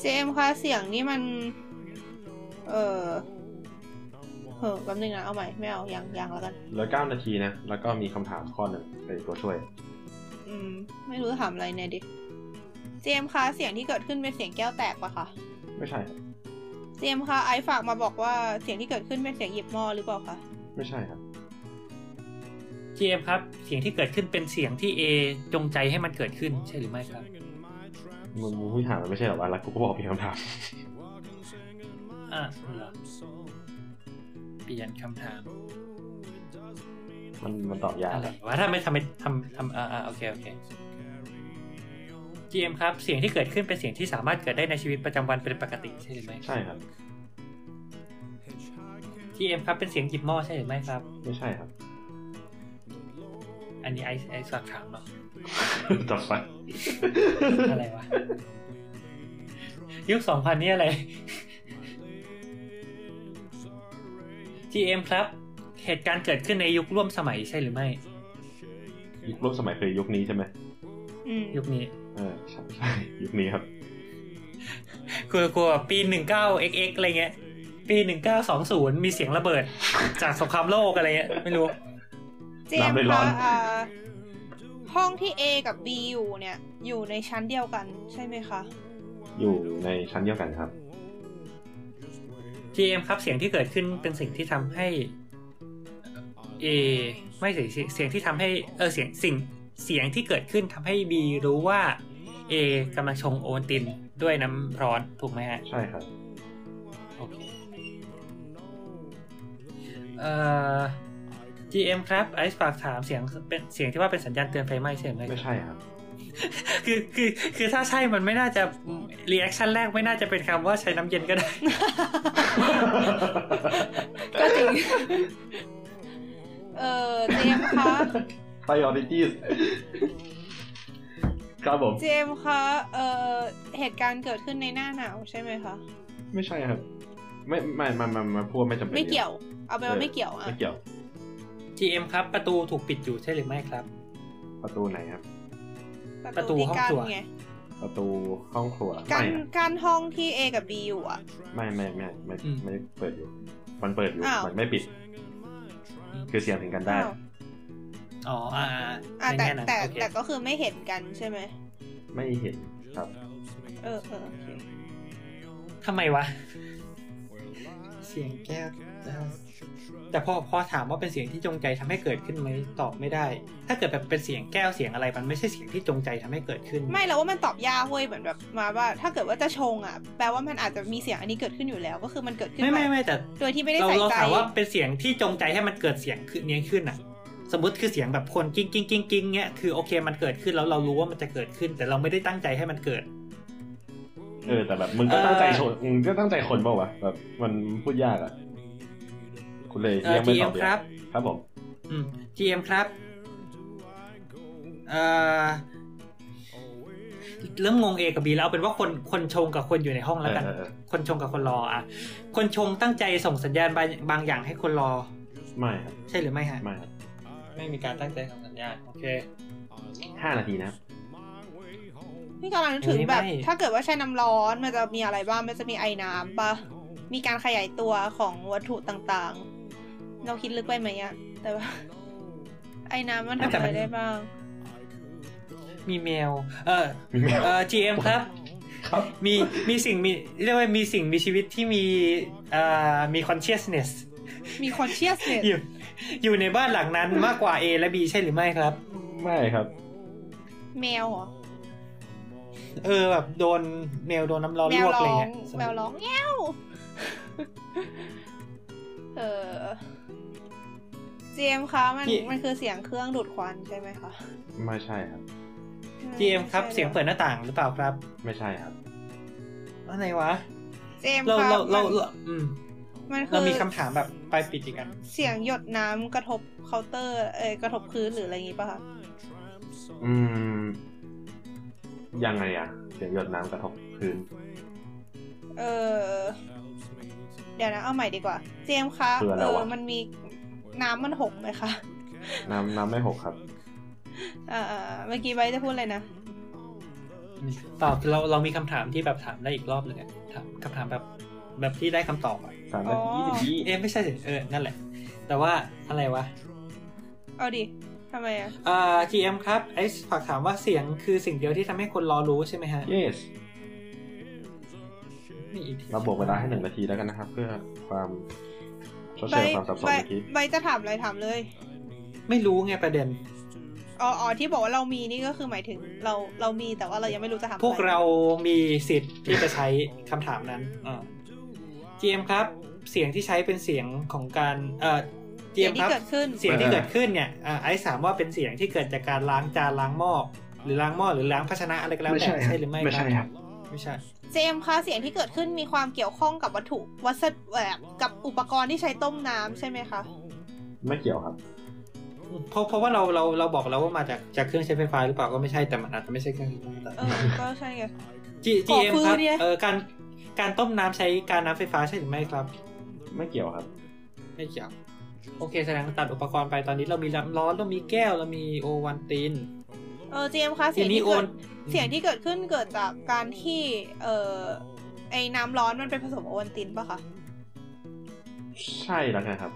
B: เจมส์คะเสียงนี่มัน เออเออแป๊บนึงนะ เอาใหม่ ไม่เอายังยังแล้วกัน
A: เหลือเก้านาทีนะ แล้วก็มีคำถามข้อหนึ่งเป็นตัวช่วย
B: อืม ไม่รู้จะถามอะไรเนี่ยดิ เจมส์คะเสียงที่เกิดขึ้นเป็นเสียงแก้วแตกปะคะ
A: ไม่ใช่ครับ
B: เจมส์คะไอซ์ฝากมาบอกว่าเสียงที่เกิดขึ้นเป็นเสียงหยิบหม้อหรือเปล่าคะ
A: ไม่ใช่ครับ
C: ทีเอ็มครับ เสียงที่เกิดขึ้นเป็นเสียงที่เอจงใจให้มันเกิดขึ้นใช่หรือไม่ครับ
A: มึงมึงไม่ถามมันไม่ใช่หรอวะแล้วกูก็บอกมีคำถาม
C: อ่ะเหรอเปลี่ยนคำถาม
A: มันมันตอบยาก
C: อะไร
A: อะ
C: วะถ้าไม่ทำไมทำทำอ่าอ่าโอเคโอเคทีเอ็มครับ เสียงที่เกิดขึ้นเป็นเสียงที่สามารถเกิดได้ในชีวิตประจำวันเป็นปกติใช่หรือไม่
A: ใช่ครับ
C: ทีเอ็มครับเป็นเสียงหยิบหม้อใช่หรือไม่ครับ
A: ไม่ใช่ครับ
C: อันนี้ไอซ์ไอซ์ฝากถามเนาะ
A: ต่อไป
C: อะไรวะ ยุคสองพันนี่อะไร GM ครับ เหตุการณ์เกิดขึ้นในยุคร่วมสมัยใช่หรือไม่
A: ยุคร่วมสมัยคือยุคนี้ใช่ไหม
B: อืม
C: ยุคนี้
A: เออใช่ใช่ยุคนี้ครับ
C: กลัวกลัวปี 19 xx อะไรเงี้ย ปี 1920 มีเสียงระเบิด จากสงครามโลกอะไรเงี้ยไม่รู้
B: เจม
A: น้ำไม่
B: ส์
A: ร้อ
B: คะ
A: น
B: อ่าห้องที่ A กับ B อยู่เนี่ย อยู่ในชั้นเดียวกันใช่ไหมคะ
A: อยู่ในชั้นเดียวกันครับ
C: GM ครับเสียงที่เกิดขึ้นเป็นสิ่งที่ทำให้เออไม่ใช่สิเสียงที่ทำให้เออเสียงสิ่งเสียงที่เกิดขึ้นทำให้ B รู้ว่า A กำลังชงโอวัลตินด้วยน้ำร้อนถูกไหมฮะ
A: ใช่ครับ
C: โอเคเอ่อ GM ครับไอซ์ฝากถามเสียงเป็นเสียงที่ว่าเป็นสัญญาณเตือนไฟไหม้ใช่ไหม
A: ไม่ใช่ครับ
C: คือคือคือถ้าใช่มันไม่น่าจะรีแอคชั่นแรกไม่น่าจะเป็นคำว่าใช้น้ำเย็นก็ ได้
B: ก็ จริง เออเจมส์คะ
A: priorities ครับผม
B: เจมส์คะเออเหตุการณ์เกิดขึ้นในหน้าหนาวใช่ไหมคะ
A: ไม่ใช่ครับ ไม่ไม่มามามาพูดไม่จำเป็น
B: ไม่เกี่ยว เอาไปนว่าไม่เกี่ยวอ่ะ
A: ไม่เกี่ยว
C: GM ครับประตูถูกปิดอยู่ใช่หรือไม่ครับ
A: ประตูไหนครับ
B: ประตูที่กั้น
C: ประตูห้องครัว
B: ไง
A: ประตูห้องครัว
B: กั้น
A: ไม่อะ
B: กั้นห้องที่ A กับ B อยู่อ่ะ
A: ไม่ไม่ไม่ไม่
C: อืม
A: ไม่เปิดอยู่ มันเปิดอยู่
B: อ้าว
A: มันไม่ปิด คือเสียงถึงกันได้
B: อ้าว
C: อ๋ออ่า
B: อ่ะ
C: ใน
B: แต่
C: แง่นั้น
B: แต่
C: โอเค
B: แต่ก็คือไม่เห็นกันใช่ไหม
A: ไม่เห็นครับ
B: เออเออโอเค
C: ทำไมวะ เสียงแก้วแต่พอพอถามว่าเป็นเสียงที่จงใจทำให้เกิดขึ้นไหมตอบไม่ได้ ถ้าเกิดแบบเป็นเสียงแก้วเสียงอะไรมันไม่ใช่เสียงที่จงใจทำให้เกิดขึ้น
B: ไม่เราว่ามันตอบยากเว้ยเหมือนแบบมาว่า ถ้าเกิดว่าจะชงอ่ะ แปลว่ามันอาจจะมีเสียงอันนี้เกิดขึ้นอยู่แล้ว ก็คือมันเกิดขึ้น
C: ไม่ไม่
B: แบบ
C: ไม่แต่
B: โดยที่ไม่ได้
C: เรา
B: ใส่
C: เรา
B: ใจ
C: ถามว่าเป็นเสียงที่จงใจให้มันเกิดเสียงขึ้นเนี้ยขึ้นอ่ะ สมมติคือเสียงแบบคนกิ้งกิ้งกิ้งกิ้งเนี้ยคือโอเคมันเกิดขึ้นแล้วเรารู้ว่ามันจะเกิดขึ้น แต่เราไม่ได้ตั้งใจให้มันเกิด
A: เออ แต่แบบมึงก็
C: เอ่อ
A: ตั้งใจชนมึงก็ตั้งใจคนเปล่าวะแบบมันพูดยากอ่ะ คุณเลย
C: เอ่อ
A: ยังไม่ตอ
C: GM
A: บเล
C: ค
A: ย
C: รับ
A: ครับผม
C: อืม GM ครับเอ่อเริ่มงงเอกับบีแล้วเอาเป็นว่าคนคนชงกับคนอยู่ในห้องแล้วกัน
A: เออเออเออ
C: คนชงกับคนรออ่ะ คนชงตั้งใจส่งสัญญาณบางบางอย่างให้คนรอ
A: ไม่ครับ
C: ใช่หรือไม่ฮะ
A: ไม่ ครับ
C: ไม่มีการตั้งใจส่งสัญญาณโอเค
A: ห้านาทีนะครับ
B: นี่กำลังนึกถึงแบบ
C: ไม่
B: ถ้าเกิดว่าใช้น้ำร้อนมันจะมีอะไรบ้าง มันจะมีไอ้น้ำปะมีการขยายตัวของวัตถุต่างๆ เราคิดลึกไปไหมอะแต่ว่า ไอ้น้ำมันทำอะไรได้บ้าง
C: มีแมว เออ
A: มีแมว
C: เอ่อ GM ครับ
A: ครับ
C: มีมีสิ่งมีเรียกว่ามีสิ่งมีชีวิตที่มีเอ่อมี consciousness
B: มีคนเชียสเนี่ย
C: อยู่อยู่ในบ้านหลังนั้นมากกว่า A และ B ใช่หรือไม่ครับ
A: ไม่ครับ
B: แมวเหรอ
C: เออแบบโดนแมวโดนน้ำร้อน
B: แม
C: ล
B: ว
C: วกอะ
B: ร้
C: ไร
B: อง
C: เงี้ย
B: แมวร้องแง่ว เออเจมส์คะมันมันคือเสียงเครื่องดูดควันใช่ไหมคะ
A: ไม่ใช่ครับ
C: จีเอ็มครับเสียงเปิดหน้าต่างหรือเปล่าครับ
A: ไม่ใช่ครับ
C: อะไรวะ
B: เจมส์
C: เรา
B: คะ
C: เราเรา
B: มัน
C: เราอืม
B: มันคื
C: เรา
B: อ
C: มีคำถามแบบปลายปิดอีกอัน
B: เสียงหยดน้ำกระทบเคาน์เตอร์ เอยกระทบพื้นหรืออะไรอย่างงี้ป่ะคะ
A: อืม ยังไงอะเสียงหยดน้ำกระทบพื้น
B: เออ เดี๋ยวนะเอาใหม่ดีกว่า เจมส์คะ
A: เบื่อแล้
B: เอ
A: ว
B: อ
A: อะ
B: มันมีน้ำมันหกไหมคะ
A: น้ำน้ำไม่หกครับ
B: อ่าเมื่อกี้ไบร์ทจะพูดอะไรนะ
C: ตอบเราเรามีคำถามที่แบบถามได้อีกรอบหนึ่งอะถามคำถามแบบแบบที่ได้คำตอบอะ
A: สามนาที
B: อ๋อ
A: ยี่สิบวิ
C: เอ๊ะไม่ใช่สิเออนั่นแหละ แต่ว่าอะไรวะ
B: เอาดิทำไมอ่ะ
C: เอ่อ GM ครับไอ้ฝากถามว่าเสียงคือสิ่งเดียวที่ทำให้คนรอรู้ใช่ไหมฮะ
A: yes
C: นี่อีกที
A: เราบวกเวลาให้หนึ่งนาทีแล้วกันนะครับ เพื่อความชดเชยความสับสน
B: ไบ
A: เมื่อกี้
B: ไบร์ทจะถามอะไรถามเลย
C: ไม่รู้ไงประเด็น
B: อ๋ออ๋อที่บอกว่าเรามีนี่ก็คือหมายถึงเราเรามีแต่ว่าเรายังไม่รู้จะถามอะ
C: พ
B: ไ
C: วกเรามีสิทธิ์ที่จะใช้คำถามนั้นอ่า GM ครับ เสียงที่ใช้เป็นเสียงของการเอ่อ
B: เสียง
C: GM ค
B: ที่
C: รับ
B: เกิดขึ้น
C: เสียงที่เกิดขึ้นเนี่ยอ่าไอ้ถามว่าเป็นเสียงที่เกิดจากการล้างจานล้างหม้อหรือล้างหม้อหรือล้างภาชนะอะไรก็แล้วแต่ใช่หรือไม่
A: ไม่ใช่ครับ
C: ไม่ใช่
B: เจมส์คะเสียงที่เกิดขึ้นมีความเกี่ยวข้องกับวัตถุวัสดุแบบกับอุปกรณ์ที่ใช้ต้มน้ำใช่ไหมคะ
A: ไม่เกี่ยวครับ
C: เพราะเพราะว่าเราเราเราบอกแล้วว่ามาจากจากเครื่องใช้ไฟฟ้าหรือเปล่าก็ไม่ใช่แต่มันอาจจะไม่ใช่เครื่องใช้ไฟฟ้า
B: เออ ก็ใช่ไง
C: G G
B: ขอ
C: M
B: ฟื้
C: คนรับ
B: เนี่ย
C: เออการการต้มน้ำใช้การน้ำไฟฟ้าใช่หรือไม่ครับ
A: ไม่เกี่ยวครับ
C: ไม่ ไม่เกี่ยว โอเคแสดงตัดอุปกรณ์ไปตอนนี้เรามีน้ำร้อนเรามีแก้วเรามีโอวันติน
B: เออ GM คะเสียง
C: ทีนี้
B: ที่
C: โอ
B: เกิ
C: น
B: ดเสียงที่เกิดขึ้นเกิดจากการที่เออไอ้น้ำร้อนมันไปผสมโอวัลตินปะคะ
A: ใช่แล้วไงครับ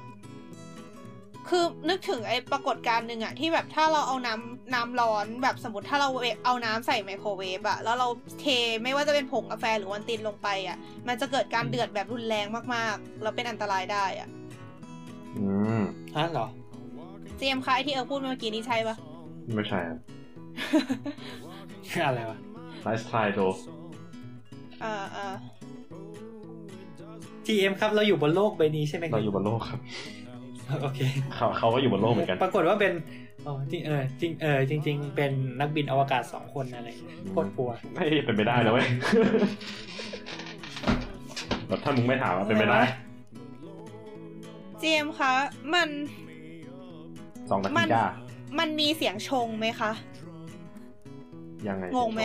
B: คือนึกถึงไอ้ปรากฏการณ์หนึ่งอะที่แบบถ้าเราเอาน้ำน้ำร้อนแบบสมมติถ้าเราเวเอาน้ำใส่ไมโครเวฟอะแล้วเราเทไม่ว่าจะเป็นผงกาแฟหรือวันตินลงไปอะมันจะเกิดการเดือดแบบรุนแรงมากๆ แล้วเป็นอันตรายได้อะ
A: อืม
C: ฮะเหรอ
B: เจมส์คะไอที่เออพูดเมื่อกี้นี่ใช่ปะ
A: ไม่ใช่ครับ
C: อะไรวะ
A: ไลฟ์สไตล์โด
B: อ่าอ่า
C: ทีเอ็มครับเราอยู่บนโลกใบนี้ใช่ไหมค
A: เรา
C: บ
A: อยู่บนโลกครับ
C: โอเค
A: เขาเขาก็อยู่บนโลกเหมือนกัน
C: ปรากฏว่าเป็นอ๋อจริงเออจริงเออจริง ๆ เป็นนักบินอวกาศสองคนอะไรโคตรกลัว
A: ไม่เป็นไปได้เลยเว้ยแบบถ้ามึงไม่ถามว่าเป็นไปได้
B: เจมส์คะมัน
A: สองนา
B: มั
A: ทีจ้า
B: มันมีเสียงชงไหมคะ
A: ยังไง
B: งงไหม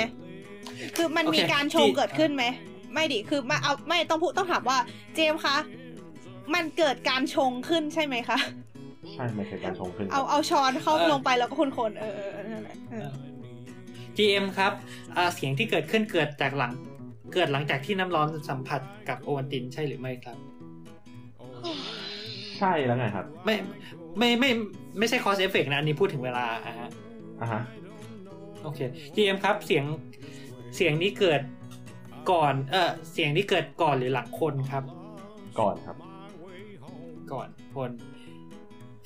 B: คือมันมีการชงเกิดขึ้นไหม ไม่ดิ คือมาเอาไม่ต้องพูดต้องถามว่า เจมส์คะ มันเกิดการชงขึ้นใช่ไหมคะ
A: ใช่มันคือการชงขึ้น
B: เอาเอาช้อนเข้าลงไปแล้วก็คนๆเออเออเออนั่นแหละเออ
C: ทีเอ็มครับอ่าเสียงที่เกิดขึ้นเกิดจากหลัง เกิดหลังจากที่น้ำร้อนสัมผัสกับโอวัลตินใช่หรือไม่ครับ
A: ใช่แล้วไงครับ
C: ไม่ไม่ไม่ไม่ใช่คอสเอฟเฟกนะ อันนี้พูดถึงเวลาอ่ะฮะ
A: อ่ะฮะ
C: โอเค GM ครับเสียงเสียงนี้เกิดก่อนเออเสียงนี้เกิดก่อนหรือหลังคนครับ
A: ก่อนครับ
C: ก่อนคน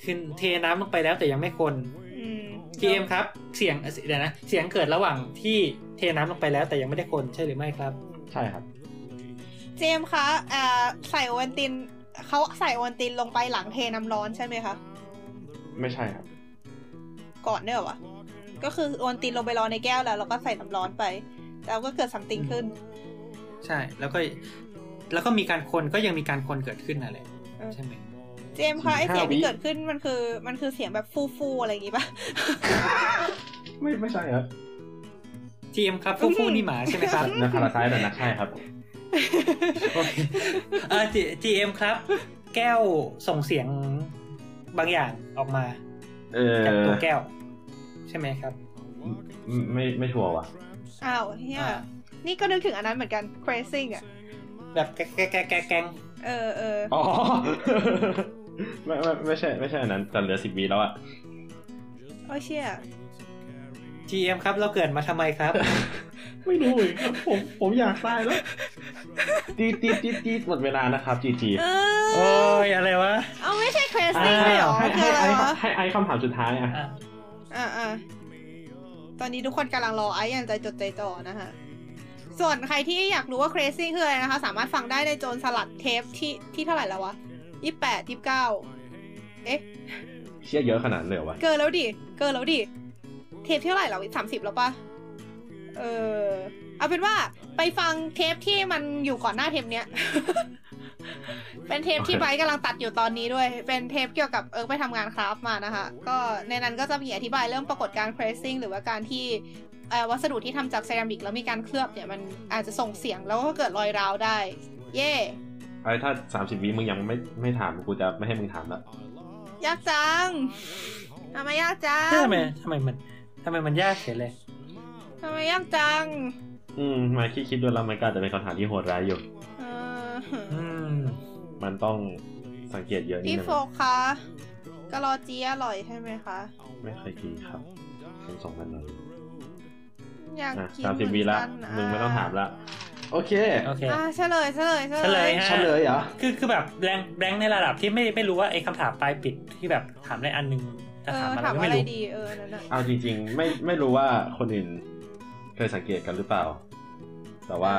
C: ขึ้นเทน้ำลงไปแล้วแต่ยังไม่คน
B: อืม
C: GM ครับ เสียงเดี๋ยวนะเสียงเกิดระหว่างที่เทน้ำลงไปแล้วแต่ยังไม่ได้คนใช่หรือไม่ครับ
A: ใช่ครับ
B: เจมส์คะเอ่อใส่โอวัลตินเขาใส่โอวัลตินลงไปหลังเทน้ำร้อนใช่ไหมคะ
A: ไม่ใช่ครับ
B: ก่อนเนี่ยเหรอวะก็คือโอวัลตินลงไปรอในแก้วแล้วแล้วก็ใส่น้ำร้อนไป แล้วก็เกิดสัมติงขึ้น
C: ใช่ แล้วก็แล้วก็มีการคนก็ยังมีการคนเกิดขึ้นนั่นแหละ
B: เออ
C: ใช่ไหม
B: เจมส์คะไอ
A: 45
B: เสียง
A: วิ
B: ที่เกิดขึ้นมันคือมันคือเสียงแบบฟูฟูๆอะไรอย่างงี้ปะ
A: ไม่ไม่ใช่ครับ
C: ทีเอ็มครับฟูฟูนี่หมาใช่ไหมครับ
A: นักคาราไซแต่นักใช่ครับ
C: โอเคเออจีเอ็มครับ แก้วส่งเสียงบางอย่างออกมา
A: เอ
C: จาก
A: อ
C: ตัวแก้ว ใช่ไหมครับ
A: ไม่ไม่ไม่ชัวร์ว่ะ
B: อ้าวเฮีย
C: อ่า
B: นี่ก็นึกถึงอันนั้นเหมือนกัน crazing อ่ะ
C: แบบแกะแกะแกะแกะแกง
B: เออเออ
A: อ๋อ ไม่ไม่ไม่ใช่ไม่ใช่อันนั้นแต่เหลือสิบวีแล้วอ่ะ
B: โอ้เชี่ย
C: จีเอ็มครับ เราเกิดมาทำไมครับ
A: ไม่รู้เลยครับผมผมอยากตายแล้วจีดจีดจีดจีดหมดเวลานะครับจีจี
B: เอ
C: โอ้
B: อย
C: อะไรวะ
B: เอาไม่ใช่ crazing
C: อ้าว
B: เลยเหรอ
A: ให้
B: คืออะ
A: ให้
B: ไร
A: ไอ
B: วะ
A: ให้ไอคำถามสุดท้ายอ่ะ
C: อ่ะ
B: อ่าอ่าตอนนี้ทุกคนกำลังรอไอ้อย่างใจจดใจจ่อนะฮะ ส่วนใครที่อยากรู้ว่า crazing คืออะไรนะคะ สามารถฟังได้ในโจรสลัดเทปที่ที่เท่าไหร่แล้ววะยี่แปดยี่เก้าเอ๊ะ
A: เชี่ยเยอะขนาดนั้นเลยเหรอวะ
B: เกินแล้วดิ เกินแล้วดิ เทปเท่าไหร่แล้วสามสิบแล้วปะเออ เอาเป็นว่าไปฟังเทปที่มันอยู่ก่อนหน้าเทปเนี้ย เป็นเทปที่ไบร์ทกำลังตัดอยู่ตอนนี้ด้วย เป็นเทปเกี่ยวกับเอิร์กไปทำงานคราฟต์มานะคะ ก็ในนั้นก็จะมีอธิบายเรื่องปรากฏการณ์ pressing หรือว่าการที่เอ่อวัสดุที่ทำจากเซรามิกแล้วมีการเคลือบเนี่ยมันอาจจะส่งเสียงแล้วก็เกิดรอยร้าวได้ เย่
A: ไอถ้าสามสิบวีมึงยังไม่ไม่ถามกูจะไม่ให้มึงถามละ
B: ยากจังทำไมยากจัง
C: ทำไมทำไมมันทำไมมันยากเสียเลย
B: ทำไมยากจัง
A: อืมมาคิดคิดดูแล้วมันก็อาจจะเป็นคำถามที่โหดร้ายอยู่
B: เออ
C: อืม
A: มันต้องสังเกตเยอะนิด
B: พี่
A: นึง
B: โฟกคะกะลอจีอร่อยใช่ไหมคะ
A: ไม่เคยกินครับทั้งสองกันเลย
B: อยาก
A: อ่ะ
B: กิน
A: สามสิบ
B: เห
A: วี
B: อน
A: ละ
B: กัน
A: มึงไม่ต้องถามละโอเค
C: โอเค
B: อ่ะเฉลยเฉลย
C: เฉลยฮะ
A: เฉลยเหรอ
C: คือคือแบบแรงแรงในระดับที่ไม่ไม่รู้ว่าไอ้คำถามปลายปิดที่แบบถามได้อันหนึงจะ
B: เอ
C: ถาม
B: อถาม
C: อะไรก็
B: อะ
C: ไม่
B: ไร
C: รู้
B: ดีเออนั่นน่ะ
A: เอาจริงๆ ไม่ไม่รู้ว่าคนอื่นเคยสังเกตกันหรือเปล่า แต่ว่า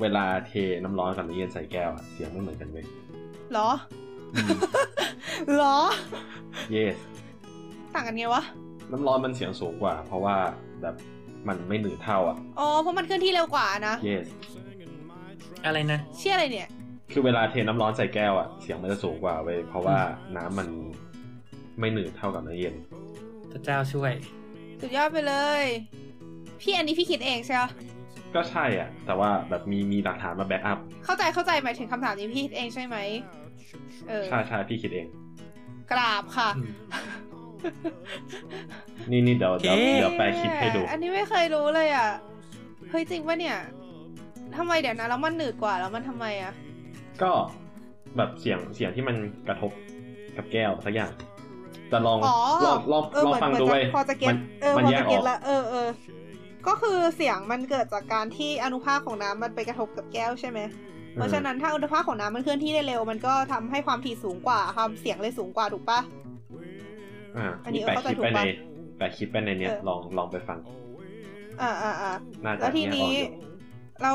A: เวลาเทน้ำร้อนกับน้ำเย็นใส่แก้วอะเสียงไม่เหมือนกัน เลย
B: เหรอ เหรอ
A: เยส
B: ต่างกันไงวะ
A: น้ำร้อนมันเสียงสูงกว่า เพราะว่าแบบมันไม่หนืดเท่าอ่ะ
B: อ๋อ เพราะมันเคลื่อนที่เร็วกว่านะ
A: เยส
C: อะไรนะ
B: เชื่ออะไรเนี่ย
A: คือเวลาเทน้ำร้อนใส่แก้วอ่ะเสียงมันจะสูงกว่าเว้ยเพราะว่าน้ำมันไม่หนืดเท่ากับน้ำเย็น
C: พระเจ้าช่วย
B: สุดยอดไปเลย พี่อันนี้พี่คิดเองใช่ปะ
A: ก็ใช่อ่ะ แต่ว่าแบบมีมีหลักฐานมาแบ็กอัพ
B: เข้าใจเข้าใจหมายถึงคำถามนี้พี่คิดเองใช่ไหม เออ
A: ใช่ใช่พี่คิดเอง
B: กราบค่ะ
C: อืม
A: นี่นี่เดี๋ยวเดี๋ยว
C: โอเค
A: เดี๋ยวแปลคลิปให้ดู
B: อันนี้ไม่เคยรู้เลยอ่ะ เฮ้ยจริงปะเนี่ยทำไมเดี๋ยวนะแล้วมันหนืดกว่าแล้วมันทำไมอ่ะ
A: ก็แบบเสียงเสียงที่มันกระทบกับแก้วสักอย่างแต่ลอง
B: อ๋อ
A: ลองลอง
B: เออ
A: ลอง
B: เหมือน
A: ฟัง
B: เหมือน
A: ดู
B: จะ
A: เว้ย
B: พอจะเก็
A: มั
B: ต
A: น
B: เออ
A: มัน
B: พอ
A: แย
B: จะ
A: กอ
B: เก็
A: อ
B: ต
A: ก
B: ละเออเออ ก็คือเสียงมันเกิดจากการที่อนุภาคของน้ำมันไปกระทบกับแก้วใช่ไหม เพราะฉะนั้นถ้าอนุภาคของน้ำมันเคลื่อนที่ได้เร็ว มันก็ทำให้ความถี่สูงกว่าความเสียงเลยสูงกว่าถูกปะ
A: อ่า
B: อันนี้
A: มีแปะ
B: เข้า
A: ค
B: ใจ
A: ลิปไป
B: ถูก
A: ใน
B: ปะ
A: แปะคลิปไปในเนี้ย
B: เออ
A: ลองลองไปฟัง
B: อ่าอ่าอ่า
A: น่าจะ
B: แล้วที
A: แยกออก
B: นี้
A: อยู่
B: เรา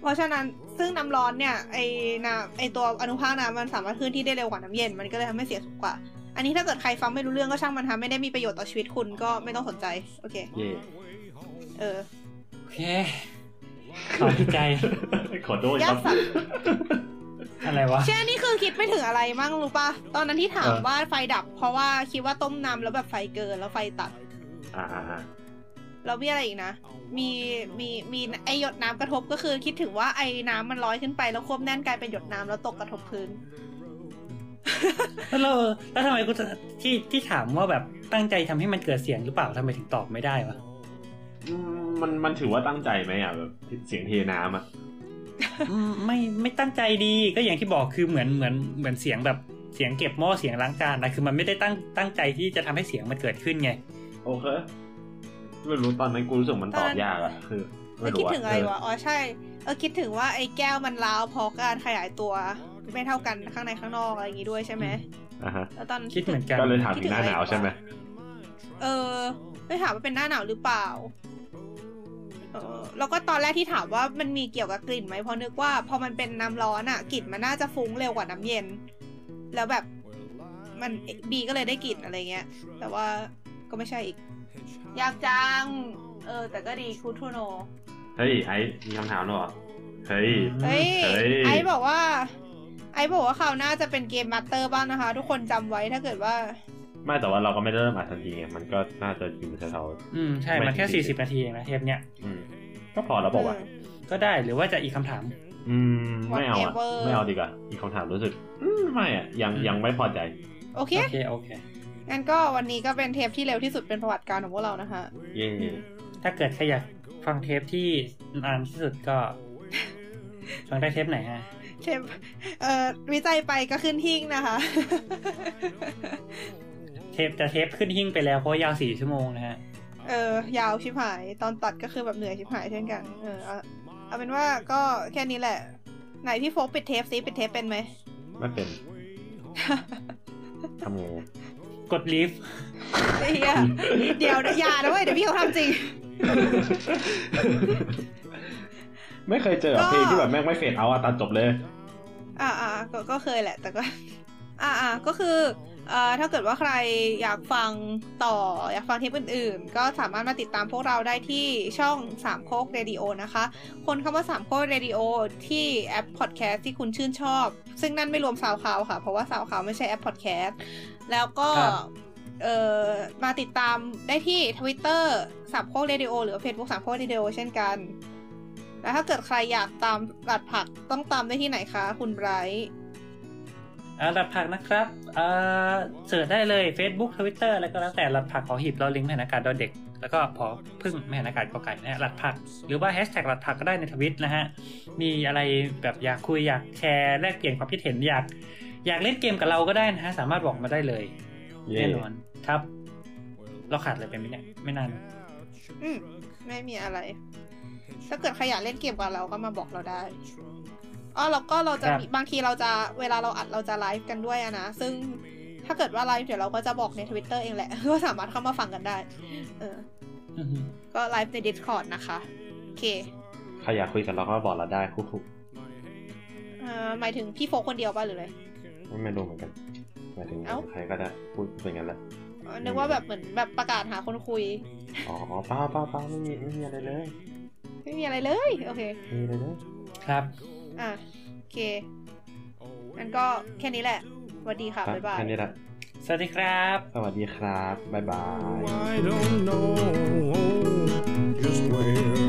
B: เพราะฉะนั้นซึ่งน้ำร้อนเนี่ยไอ้น้ำไอ้ตัวอนุภาคน้ำมันสามารถเคลื่อนที่ได้เร็วกว่าน้ำเย็นมันก็เลยทำให้เสียสูงกว่า อันนี้ถ้าเกิดใครฟังไม่รู้เรื่องก็ช่างมันทำไม่ได้มีประโยชน์ต่อชีวิตคุณก็ไม่ต้องสนใจโอเค
A: เย่
B: เออ
C: โอเคขอบใจ
A: ขอโทษ
B: ยาก
A: ครับ
B: สัตว์
C: อะไรวะ
B: เช่อนี่คือคิดไม่ถึงอะไรมั่งรู้ปะตอนนั้นที่ถาม
C: เออ
B: ว่าไฟดับ เพราะว่าคิดว่าต้มน้ำแล้วแบบไฟเกินแล้วไฟตัด
A: อ่าอ่าอ่า
B: แล้วมีอะไรอีกนะ มีมีมีไอหยดน้ำกระทบก็คือคิดถึงว่าไอน้ำมันลอยขึ้นไปแล้วควบแน่นกลายเป็นหยดน้ำแล้วตกกระทบพื้น
C: แล้วเราแล้วทำไมกูจะที่ที่ถามว่าแบบตั้งใจทำให้มันเกิดเสียงหรือเปล่าทำไมถึงตอบไม่ได้วะ
A: อืมมันมันถือว่าตั้งใจไหมอ่ะแบบเสียงเทน้ำอ่ะ
C: อืมไม่ไม่ตั้งใจดีก็อย่างที่บอกคือเหมือนเหมือนเหมือนเสียงแบบเสียงเก็บหม้อเสียงล้างจานนะคือมันไม่ได้ตั้งตั้งใจที่จะทำให้เสียงมันเกิดขึ้นไง
A: โอเคไม่รู้ตอนนั้นกูรู้สึกมันตอบยากอ่ะคือ
B: แล้วคิดถึงอะไร
A: เ
B: วะ อ๋อใช่ เออคิดถึงว่าไอ้แก้วมันร้าวเพราะการขยายตัว ไม่เท่ากันข้างในข้างนอกอะไรอย่างงี้ด้วยใช่ไหม
A: อ่าฮะ
B: แล้วตอนนั้น
C: คิดเหมือนกัน
A: ก็เลยถามถึงหน้าหนาวใช่ไหม
B: เออไม่ถามว่าเป็นหน้าหนาวหรือเปล่า เออแล้วก็ตอนแรกที่ถามว่ามันมีเกี่ยวกับกลิ่นไหมเพราะนึกว่าพอมันเป็นน้ำร้อนอะกลิ่นมันน่าจะฟุ้งเร็วกว่าน้ำเย็น แล้วแบบมันบีก็เลยได้กลิ่นอะไรเงี้ย แต่ว่าก็ไม่ใช่อีก ยากจัง เออ แต่ก็ดีคูทูโน
A: เฮ้ยไอ้มีคำถามหรอเฮ้ย
B: เฮ้ย
A: เฮ้ย
B: ไอ้บอกว่า ไอ้บอกว่าคราวหน้าจะเป็นเกมมาสเตอร์บ้างนะคะ ทุกคนจำไว้ถ้าเกิดว่า
A: ไม่แต่ว่าเราก็ไม่ได้เริ่มอัดทันทีไงมันก็น่าจะอยู่แถว
C: อืมใช่มันแค่สี่สิบนาทีเองนะเทปเนี้ย
A: ๆอืมก็พอแล้วบอกว่าวะ
C: ก็ได้หรือว่าจะอีกคำถาม
A: อืมไม่เอาอ่ะ
B: Whatever
A: ไม่เอาดีกว่าอีกคำถามรู้สึกอืมไม่อ่ะยัง
C: อืม
A: ยังไม่พอใจ
B: โอเค
C: โอเคโอเค
B: งั้นก็วันนี้ก็เป็นเทปที่เร็วที่สุดเป็นประวัติการของพวกเรานะคะ
A: เย่
C: ถ้าเกิดใครอยากฟังเทปที่นานที่สุดก็ ฟังได้เทปไหนฮะ
B: เทปเอ่อวิจัยไปก็ขึ้นทิ้งนะคะ
C: เทปแต่เทปขึ้นหิ้งไปแล้วเพราะยาวสี่ชั่วโมงนะฮะ
B: เออยาวชิบหาย ตอนตัดก็คือแบบเหนื่อยชิบหายเช่นกัน เออเอาเอาเป็นว่าก็แค่นี้แหละ ไหนพี่โฟกปิดเทปซิปิดเทปเป็นไหม
A: ไม่เป็นทำไงอ่ะ
C: กดลิฟต์
B: ไอ้เหี้ยเดี๋ยวนะอย่านะเว้ยเดี๋ยวพี่เขาทำจริง
A: ไม่เคยเจอ
B: ก็
A: เพลงที่แบบแม่งไม่เฟดเอาอ่ะตัดจบเลย
B: อ่าอ่าก็ก็เคยแหละ แต่ก็ อ่าอ่าก็คือเอ่อถ้าเกิดว่าใครอยากฟังต่ออยากฟังเทปอื่นๆ ก็สามารถมาติดตามพวกเราได้ที่ช่องสามโคกเรดิโอนะคะ คนคำว่าสามโคกเรดิโอที่แอปพอดแคสต์ที่คุณชื่นชอบ ซึ่งนั่นไม่รวมซาวคลาวค่ะ เพราะว่าซาวคลาวไม่ใช่แอปพอดแคสต์แล้วก็เอ่อมาติดตามได้ที่ Twitter สามโคกเรดิโอหรือ Facebook สามโคกเรดิโอเช่นกัน แล้วถ้าเกิดใครอยากตามตัดผักต้องตามได้ที่ไหนคะ คุณไบรท์
C: อ่าหลัดผักนะครับอ่าเสิร์ชได้เลย Facebook Twitter แล้วก็แล้วแต่หลัดผักขอหีบเราลิงก์แผ่นอากาศดอเด็ก แล้วก็พอพึ่งแผ่นอากาศกอไก่นะฮะหลัดผัก หรือว่าแฮชแท็กหลัดผักก็ได้ในทวิตนะฮะ มีอะไรแบบอยากคุยอยากแชร์แลกเปลี่ยนความคิดเห็นอยาก อยากเล่นเกมกับเราก็ได้นะฮะ สามารถบอกมาได้เลย
A: เย่
C: แน่นอนครับ เราขาดอะไรไปไหมเนี่ยไม่นาน
B: อืมไม่มีอะไร ถ้าเกิดใครอยากเล่นเกมกับเราก็มาบอกเราได้อ๋อแล้วก็เราจะ
C: ครับ
B: มีบางทีเราจะเวลาเราอัดเราจะไลฟ์กันด้วยอะนะ ซึ่งถ้าเกิดว่าไลฟ์เดี๋ยวเราก็จะบอกในทวิตเตอร์เองแหละ ก็สามารถเข้ามาฟังกันได้ เออ
C: อือฮึ
B: ก็ไลฟ์ใน Discord นะคะ โอเค
A: ใครอยากคุยกับเราก็บอกเราได้คุก
B: เอ่อหมายถึงพี่โฟกคนเดียวป่ะหรืออะไร
A: ๆไม่รู้เหมือนกันหมายถึง
B: เอ้า
A: ใครก็ได้พูดเป็นงั้นแหละ
B: อ๋อนึกว่าแบบเหมือนแบบประกาศหาคนคุย
A: อ๋อเปล่าเปล่าเปล่าไม่มีไม่มีอะไรเลย
B: ไม่มีอะไรเลย โอเค
A: ไม่มีอะไรเลย
C: ครับ
B: อ่ะโอเคงั้นก็แค่นี้แหละสวัสดีค่ะ
A: ครับ
B: บ๊ายบาย
A: แค่นี้แหละ
C: สวัสดีครับ
A: สวัสดีครับบ๊ายบาย
D: I don't know just where